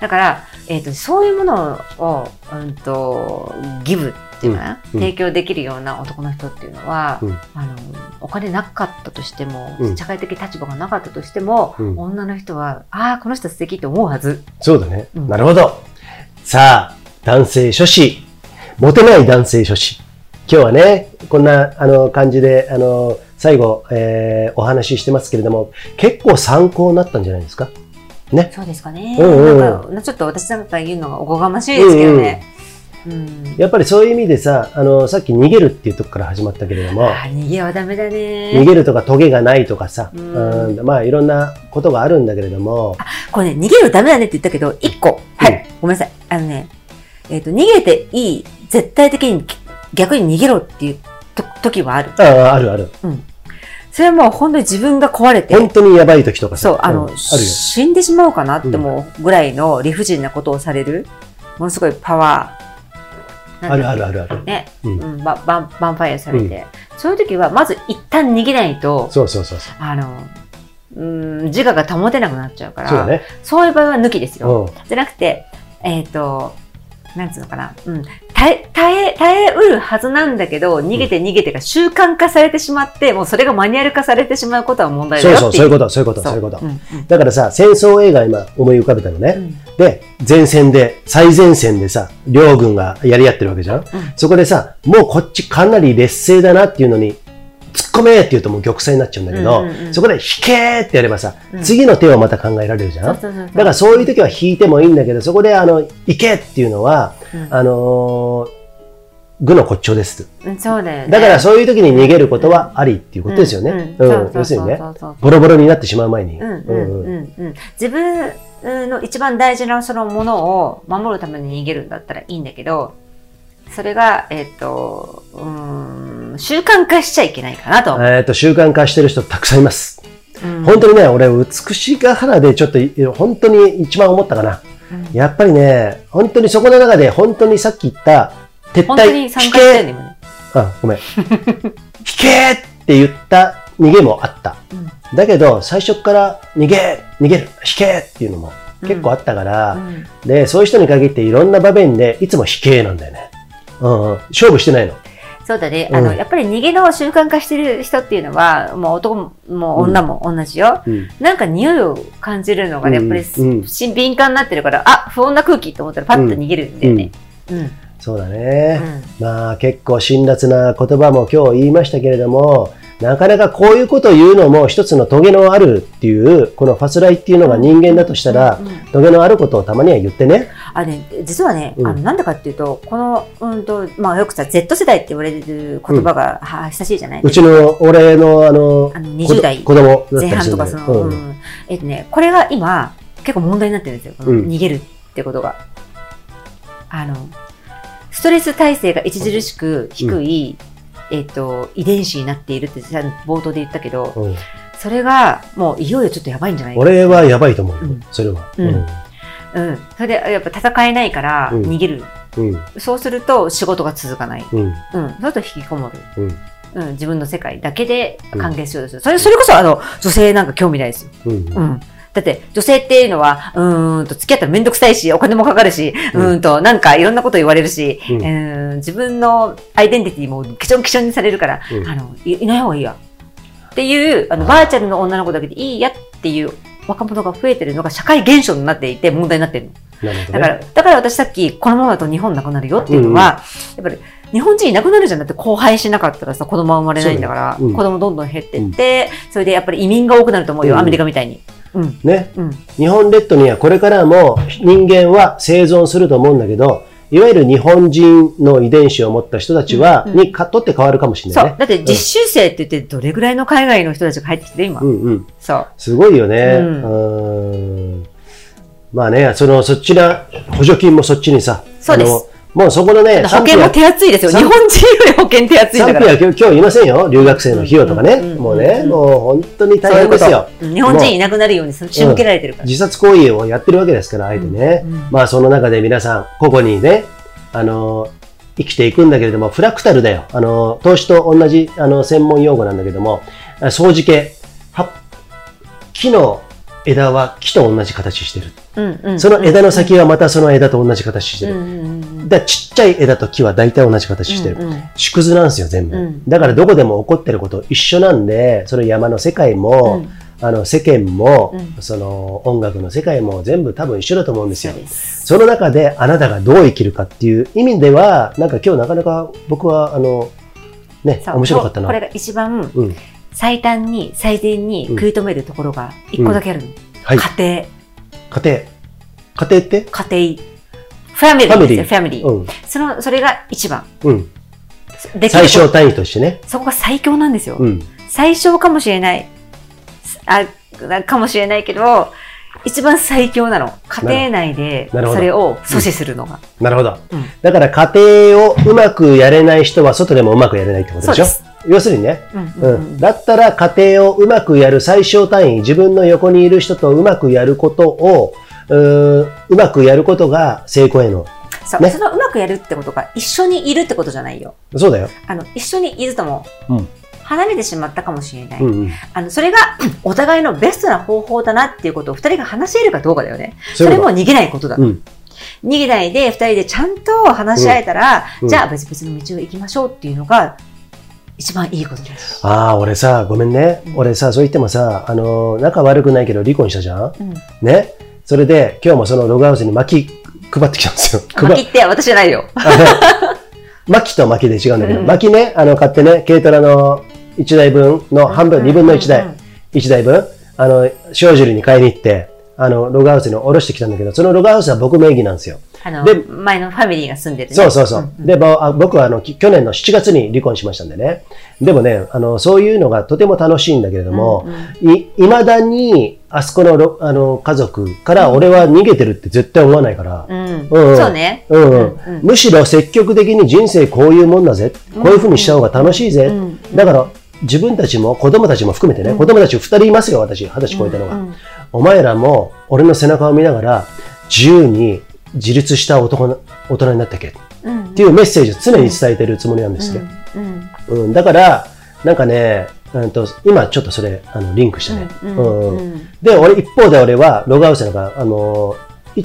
だから、えっ、と、そういうものを、うんと、ギブっていうかな、うんうん提供できるような男の人っていうのは、うんあの、お金なかったとしても、うん社会的立場がなかったとしても、うん女の人は、ああ、この人素敵って思うはず。そうだね。うんなるほど。さあ、男性諸子。モテない男性諸子。今日はね、こんなあの感じで、あの、最後、えーお話ししてますけれども、結構参考になったんじゃないですかそうですかね。うんうんなんか、ちょっと私なんか言うのがおこがましいですけどね。うん、やっぱりそういう意味でさ、あの、さっき逃げるっていうとこから始まったけれども、あー逃げはダメだ逃ね。げるとかトゲがないとかさ、うんうんまあいろんなことがあるんだけれども、これね、逃げるダメだねって言ったけど、一個。はい。ごめんなさい。あのね、えっ、と、逃げていい、絶対的に逆に逃げろっていうと時はある。ああ、あるある。それはもう本当に自分が壊れて、本当にやばい時とかさ、そう、あの、んあるよ。死んでしまうかなって思うぐらいの理不尽なことをされる、ものすごいパワー。あるある。るあるある。ね、ううんん、ババンバンファイアされて、そういう時はまず一旦逃げないと、そうそうそうそう。あの、うん、自我が保てなくなっちゃうから、そうだね。そういう場合は抜きですうよ。ん。じゃなくて、えっ、と、なんつうのかな、うん、耐え、耐え、耐えうるはずなんだけど、逃げて逃げてが習慣化されてしまって、もうそれがマニュアル化されてしまうことは問題だそうよそう、ってそういいうう。こと、そういうこと、そういうこと。んんだからさ、戦争映画今思い浮かべたのうね。んで、前線で、最前線でさ、両軍がやり合ってるわけじゃん。そこでさ、もうこっちかなり劣勢だなっていうのに、突っ込めーって言うともう玉砕になっちゃうんだけど、うんうんうんそこで引けーってやればさ、うん次の手をまた考えられるじゃ。そうんそうそうそうだからそういう時は引いてもいいんだけど、そこであの、行けっていうのは、うんあのー、愚の骨頂です。うんそうだよね。だからそういう時に逃げることはありっていうことですよね。うんうんうん要するにねそ、うそうボロボロになってしまう前に。そうそううんうんうんうん自分の一番大事なそのものを守るために逃げるんだったらいいんだけど、それが、えっ、と、うーん、習慣化しちゃいけないかなと。えっと、習慣化してる人たくさんいます。うん本当にね、俺、美しが原でちょっとい、本当に一番思ったかな。うんやっぱりね、本当にそこの中で、本当にさっき言った、撤本当退、に参引加してけ、るね、今ね。あ、ごめん。 [laughs] 引けって言った逃げもあった。だけど、最初から逃げ、逃げる、引けっていうのも結構あったから、うんで、そういう人に限っていろんな場面でいつも引けなんだよね。うんうん、勝負してないの。そうだね。うんあの、やっぱり逃げの習慣化してる人っていうのは、もう男ももう女も同じよ。うんなんか匂いを感じるのがね、やっぱりす、うんし敏感になってるから、あ、不穏な空気と思ったらパッと逃げるんだよね。うん。うん。そうだね。まあ結構辛辣な言葉も今日言いましたけれども、なかなかこういうことを言うのも一つのトゲのあるっていう、このファスライっていうのが人間だとしたらう、んトゲのあることをたまには言ってね。あね、実はね、うんあのなんでかっていうと、この、うんと、まあよくさ、Z 世代って言われる言葉が、は親しいじゃないうちの、俺のあのあ、の、20代子供だっ前たり半するとんだかけそどの、ううんんえっとね、これが今、結構問題になってるんですよ。このうん逃げるってことが。あの、ストレス耐性が著しく低い、えっと、遺伝子になっているってさ冒頭で言ったけど、うんそれがもういよいよちょっとやばいんじゃないか。俺はやばいと思ううよん、それは。うんうん。それでやっぱ戦えないからうん逃げる。うん。うんそうすると仕事が続かない。うん。うん。そうすると引きこもる。うんうん。自分の世界だけで完結しようとする。それ、それこそあの、女性なんか興味ないですよ。うんうん、だって、女性っていうのは、うーんと、付き合ったらめんどくさいし、お金もかかるし、うーんと、なんかいろんなこと言われるし、ううんーん、自分のアイデンティティもきちょんきちょんにされるから、うんあのい、いない方がいいや。っていう、あの、バーチャルの女の子だけでいいやっていう若者が増えてるのが社会現象になっていて問題になってるの。なるほどだかね。ら、だから私さっき、このままだと日本なくなるよっていうのは、やっぱり、日本人いなくなるじゃん。だって後輩しなかったらさ、子供は生まれないんだから、そうだようん子供どんどん減ってって、それでやっぱり移民が多くなると思うよ、うんアメリカみたいに。うん。ね。うん。日本列島にはこれからも人間は生存すると思うんだけど、いわゆる日本人の遺伝子を持った人たちは、うんにかとって変わるかもしれそないうね。。だって実習生って言って、どれぐらいの海外の人たちが入ってきてる、今。うんうん。そう。すごいよね。ううんーん。まあね、その、そっちな、補助金もそっちにさ。そうですあの。もうそこのね、保険も手厚いですよ。日賛本否人より保険手厚いんだ賛か否ら。は今日言いませんよ。留学生の費用とかね。うんうんうんうんもうね、もう本当にそ大ういう変こですとよ。。うん日本人いなくなるように仕向けられてるから。自殺行為をやってるわけですから、あえてね。うんうんまあその中で皆さん、個々にね、あの、生きていくんだけれども、フラクタルだよ。あの、投資と同じ、あの、専門用語なんだけども、あ掃除系。は木の枝は木と同じ形してる。うんうんその枝の先はまたその枝と同じ形してうんる。うんうんだからちっちゃい枝と木は大体同じ形してる。うんうん縮図なんですよ、全部。うんだからどこでも起こってること一緒なんで、その山の世界も、あの世間も、うんその音楽の世界も全部多分一緒だと思うんですそうよ。です。その中であなたがどう生きるかっていう意味では、なんか今日なかなか僕は、あの、ね、そう面白かったな。これが一番うん。最短に最善に食い止めるところが一個だけあるの。はい。家家庭。家庭って庭、家庭。ファミリーですよ、ファミリー。うん。その、それが一番。うん。できる最こ小単位としてね。とそこが最強なんですよ。うん。最小かもしれない。あ、かもしれないけど、一番最強なの。家庭内で、そなるほどれを阻止するのが。なるほど。うんだから家庭をうまくやれない人は外でもうまくやれないってことでそうしでょす。要するにね、うんううんうんん、だったら家庭をうまくやる最小単位、自分の横にいる人とうまくやることを、うーうまくやることが成功への。そうねそのうまくやるってことが一緒にいるってことじゃないよ。そうだよ。あの、一緒にいるともうん、離れてしまったかもしれない。うんうん。あの、それが、 [clears throat] お互いのベストな方法だなっていうことを二人が話し合えるかどうかだよね。そそういれうこも逃げないことだ。と。うん。逃げないで、二人でちゃんと話し合えたら、うんじゃあ別々の道を行きましょうっていうのが、一番いいことです。ああ、俺さ、ごめんねう。ん俺さ、そう言ってもさ、あのー仲悪くないけど離婚したじゃんうん。ね。それで、今日もそのログハウスに薪配ってきたん [laughs] ですよ。あ巻きって私じゃないよ。あの薪と薪で違うんだけど、うん薪ね、あの、買ってね、軽トラの1台分の半分、2分の1台。1台分、あの、塩尻に買いに行って、あの、ログハウスに下ろしてきたんだけど、そのログハウスは僕名義なんですよ。あので、前のファミリーが住んでるね。そうそうそう。んんで、ぼあ僕はあの、き去年の7月に離婚しましたんでね。でもね、あの、そういうのがとても楽しいんだけれども、うんうんい、未だに、あそこのロ、あの、家族から俺は逃げてるって絶対思わないから、うん。うんうんそうね。うんうんうんうんむしろ積極的に人生こういうもんだぜ、うんこういうふうにした方が楽しいぜ、うんだから自分たちも子供たちも含めてね、うん子供たち2人いますよ私二十歳超えたのが、うんうんお前らも俺の背中を見ながら自由に自立した男の大人になってけっうん。ていうメッセージを常に伝えてるつもりなんですね、うんうんうんだからなんかね、うん、と今ちょっとそれあのリンクしてね、うんうんうんうんで俺一方で俺はログハウスなんか、あのい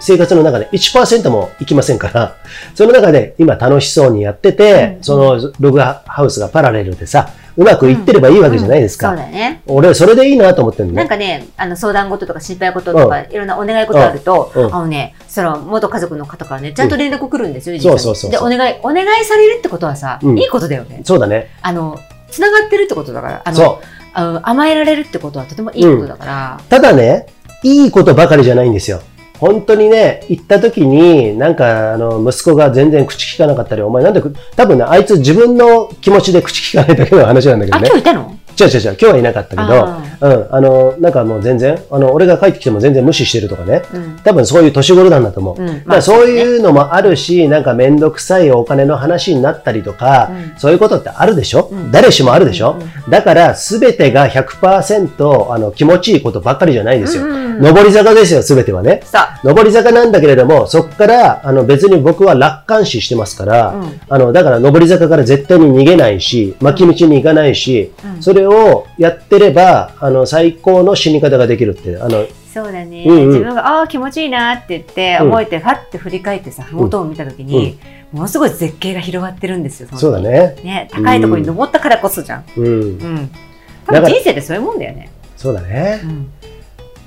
生活の中で1%も行きませんからその中で今楽しそうにやってて、うんそのログハウスがパラレルでさうまくいってればいいわけじゃないですか、そうだね。俺それでいいなと思ってるのなんねかね、あの相談事とか心配事とか、いろんなお願い事あると、うんあのね、その元家族の方からね、ちゃんと連絡来るんですよ、ん実際にそうそうそうで、お願い、お願いされるってことはさ、うんいいことだよね。そうだねあの、繋がってるってことだから、あの、そあの甘えられるってことはとてもいいことだからう、ただねいいことばかりじゃないんですよ本当にね、行った時に、なんか、あの、息子が全然口聞かなかったり、お前なんでく、多分ね、あいつ自分の気持ちで口聞かないだけの話なんだけあ、どね今。日いたの違う違う違う、今日はいなかったけど、あうん、あの、なんかもう全然、あの、俺が帰ってきても全然無視してるとかね。ーうん。多分そういう年頃なんだと思う。うんだかまらあそういうのもあるし、なんかめんどくさいお金の話になったりとか、うんそういうことってあるでしょ、うん誰しもあるでしょ、うんうんだから全てが100%あの気持ちいいことばっかりじゃないですよ。うんうんうん上り坂ですよ、全てはね。さ上り坂なんだけれども、そこから、あの別に僕は楽観視してますから、うんあの、だから上り坂から絶対に逃げないし、巻き道に行かないし、うんそれをやってれば、あの、最高の死に方ができるって、あの、そうだね、うんうん自分がああ気持ちいいなって言ってうん思えて、ファッて振り返ってさ麓を見た時に、ものすごい絶景が広がってるんですよそうだねね。ね高いところに登ったからこそじゃんうんう。ん多だから分人生ってそういうもんだよねそうだうね。ん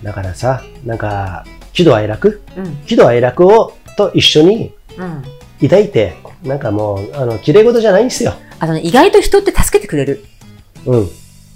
だからさ、なんか、喜怒哀楽うん喜怒哀楽を、と一緒にうん抱いて、なんかもう、あの、綺麗事じゃないんですよ。あのね意外と人って助けてくれるうん。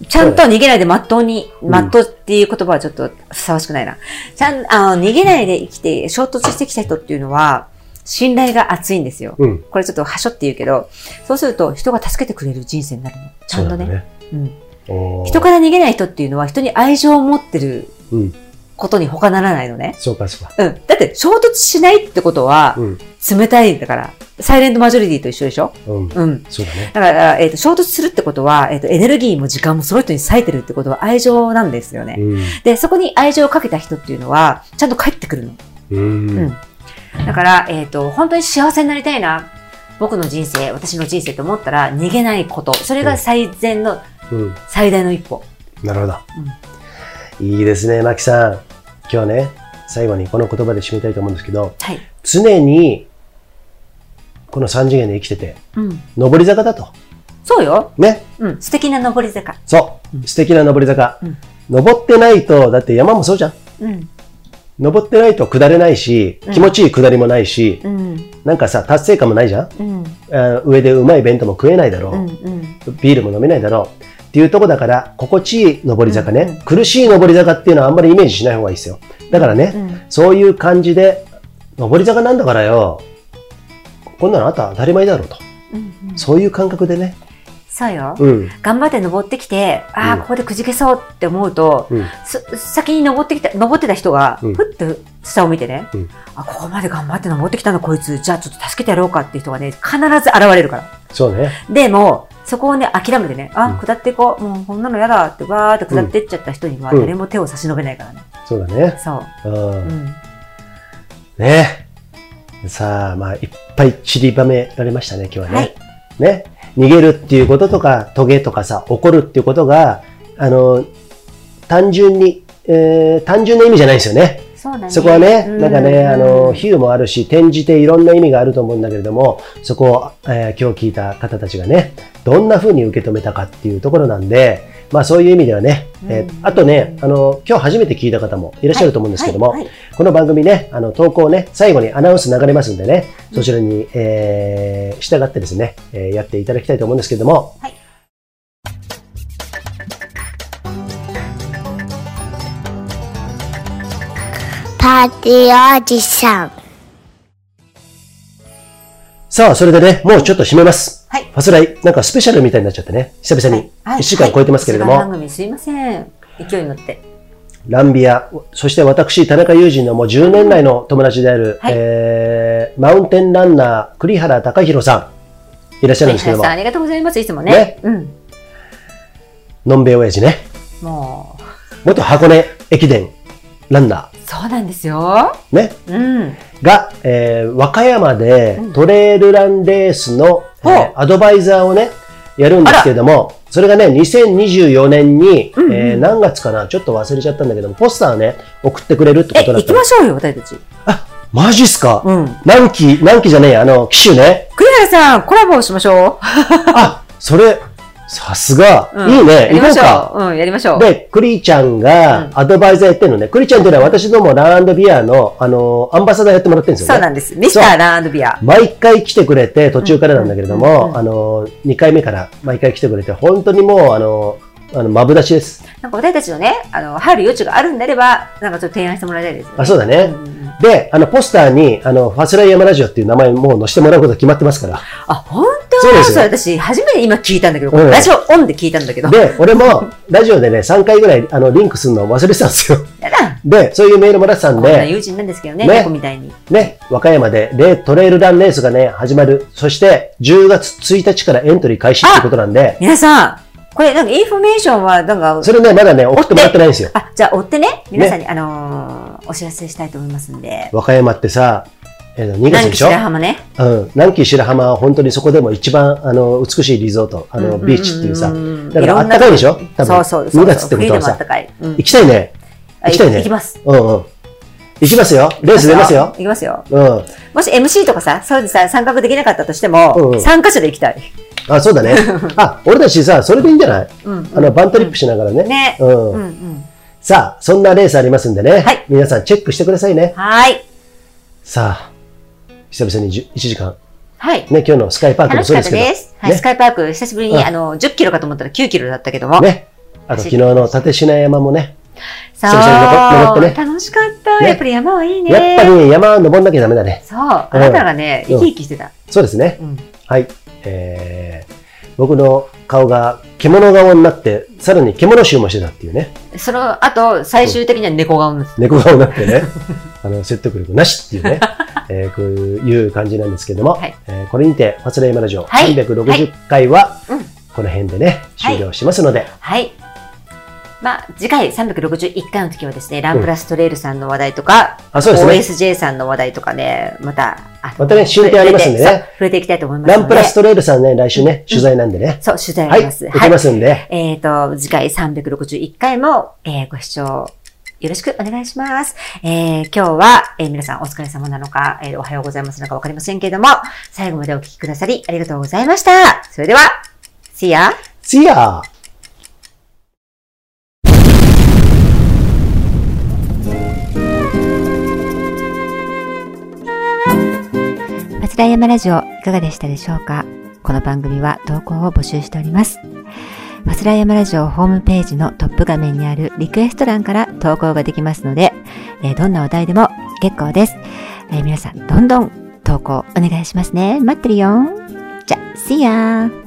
ちゃんと逃げないでまっとうに、うんまっとうっていう言葉はちょっとふさわしくないな。ちゃん、あの、逃げないで生きて、衝突してきた人っていうのは、信頼が厚いんですよ。うん。これちょっとはしょって言うけど、そうすると人が助けてくれる人生になるの。ちゃんとね。そうだね。うん。人から逃げない人っていうのは人に愛情を持ってるうんことに他ならないのね。そうか、そうか。うん。だって衝突しないってことはうん。冷たいんだから。サイレントマジョリティと一緒でしょうん。うん。そうだね。だから、えっ、と、衝突するってことは、えっ、と、エネルギーも時間もその人に割いてるってことは愛情なんですよね。うで、そこに愛情をかけた人っていうのは、ちゃんと帰ってくるの。ん。う。うんん。だから、えっ、と、本当に幸せになりたいな。僕の人生、私の人生と思ったら、逃げないこと。それが最善の、うん。最大の一歩。なるほど。いいですね、マキさん。今日ね、最後にこの言葉で締めたいと思うんですけど、はい。常に、この三次元で生きてて、うん。上り坂だと。そうよ。ね。うん。素敵な登り坂。そうう。ん素敵な上り坂。うん登ってないと、だって山もそうじゃん。うん。登ってないと下れないしう、ん気持ちいい下りもないし、うん。なんかさ、達成感もないじゃん。うん。あ上でうまい弁当も食えないだろう。うん。うん。ビールも飲めないだろう。っていうとこだから、心地いい上り坂ね。うんうん苦しい上り坂っていうのはあんまりイメージしない方がいいですよ。だからね、うん。そういう感じで、上り坂なんだからよ、こんなのあったら当たり前だろうと。うん。そういう感覚でね。そうよ。うん。頑張って登ってきて、ああ、うんここでくじけそうって思うと、うんす先に登ってきた、登ってた人が、うんふっと下を見てね、うんあ、ここまで頑張って登ってきたのこいつ、じゃあちょっと助けてやろうかっていう人がね、必ず現れるから。そうね。でも、そこをね、諦めてね、うんあ、下っていこう、もうこんなのやだってわーって下ってっちゃった人にはうん誰も手を差し伸べないからね。そうだね。そう。う。うんん。ねさあ、まあ、いっぱい散りばめられましたね、今日はね。はいね。逃げるっていうこととか、トゲとかさ、怒るっていうことが、あの、単純に、えー単純な意味じゃないんですよね。そうだね。そこはね、うなんかね、あの、うん比喩もあるし、転じていろんな意味があると思うんだけれども、そこを、えー今日聞いた方たちがね、どんな風に受け止めたかっていうところなんで、まあそういう意味ではね、えーうんあとね、あの、今日初めて聞いた方もいらっしゃると思うんですけども、はいはいこの番組ね、あの、投稿ね、最後にアナウンス流れますんでね、そちらに、えー従ってですね、えーやっていただきたいと思うんですけども、はいパーティーおじさん。さあ、それでね、もうちょっと締めます。はいファスライ、なんかスペシャルみたいになっちゃってね、久々にはい1週間超えてますけれども、はい一番番組すいません。勢いに乗って。ランビア、そして私、田中友人のもう10年来の友達である、はいえーマウンテンランナー、栗原隆弘さん、いらっしゃるんですけどもはい、林さんあ、りがとうございます。いつもねねうん。のんべえ親父ね、もう、元箱根駅伝ランナそうなんですよ。ー、ね、うん。が、えー和歌山でうんトレイルランレースの、ほえうーアドバイザーをね、やるんですけれども、それがね、2024年に、うんうんえー何月かな、ちょっと忘れちゃったんだけども、ポスターね、送ってくれるってこえ、とだ行ったきのましょうよ、私たち。マジっすか、うん。何期、何期じゃねえや、あの、機種ね。 [laughs] 栗原さん、コラボしましょあ、それ、さすが、う。うんいいやね、行りこまうしょか。う。うん、やりましょう。で、クリーちゃんうがんアドバイザーやってるのね。クリーちゃんっていうのは私どもランビアの、あの、アンバサダーやってもらってるんですよね。そうなんです。ミスターランドビア。毎回来てくれて、途中からなんだけれどうんうんうんうも、んあの、2回目から毎回来てくれて、本当にもう、あの、あの、まぶだしです。なんか私たちのね、あの、入る余地があるんであれば、なんかちょっと提案してもらいたいですよね。あ、そうだね。んうんうんで、あの、ポスターに、あの、ファスライヤマラジオっていう名前もう載せてもらうこと決まってますから。 [laughs] あ、本当そうですよそれ私、初めて今聞いたんだけど、うんラジオオンで聞いたんだけど。で、俺も、ラジオでね、3回ぐらい、あの、リンクするのを忘れてたんですよ。 [laughs] やだ。で、そういうメールもらってたこんんで。な友人なんですけどね、ね猫みたいに。ね、和歌山でレトレイルランレースがね、始まる。そして、10月1日からエントリー開始っていうことなんで、皆さん、これ、なんかインフォメーションは、なんか、それね、まだね、送ってもらってないんですよ。あ、じゃあ追ってね、皆さんに、あのーお知らせしたいと思いますんで。和歌山ってさ、えーと2月何でかしょ白浜ね。うん、南紀白浜は本当にそこでも一番あの美しいリゾート、あのビーチっていうさ、だからあったかいでしょ多分そうそうそう。 2月ってことは冬でもあさっ、たかい。うん行きたいね。あ行きたいね行きます。うんうん。行きますよ。レース出ますよ行。きますよ。うん。もし MC とかさ、そういうのさ、参画できなかったとしても、うん参加者で行きたい。あ、そうだ [laughs] ね。あ、俺たちさ、それでいいんじゃないうんあの、バントリップしながらね。ね。うんうんうん。さあ、そんなレースありますんでね。はい皆さんチェックしてくださいね。はーい。さあ、久々にじゅ1時間。はい。ね、今日のスカイパークも楽そしうかでったすけど。です。はい、ねスカイパーク、久しぶりに、うんあの、10キロかと思ったら9キロだったけども。ね。あと、昨日の立科山もね。そう久々に登登って楽しかった、ねやっぱり山はいいね。やっぱり山登んなきゃダメだね。そう。あなたがね、うん生き生きしてた。そうですね。うん。はい。えー、僕の顔が獣顔になって、さらに獣臭もしてたっていうね。その後、最終的には猫顔です。猫顔にな [laughs] ってね、あの説得力なしっていうね、えーこういう感じなんですけれども、はいえーこれにて、ファスレイマラジオはい360回はうん、この辺でね、はい終了しますので、はい。まあ、次回361回の時はですね、ランプラストレールさんの話題とか、あ、そうですね。 OSJ さんの話題とかね、また、あのまたね進展ありますんでね。触れてそう触れていきたいと思いますので。ランプラストレールさんね、来週ね、取材なんでね、そう、取材あはい、り行ます。きますんで、えっ、と、次回361回も、えーご視聴よろしくお願いします。えー今日は、えー皆さんお疲れ様なのか、えーおはようございますなのかわかりませんけれども、最後までお聞きくださりありがとうございました。それでは、See ya! See ya! 松平山ラジオいかがでしたでしょうかこの番組は投稿を募集しております。松平山ラジオホームページのトップ画面にあるリクエスト欄から投稿ができますので、えーどんなお題でも結構です。えー皆さんどんどん投稿お願いしますね。待ってるよ。じゃ、See ya!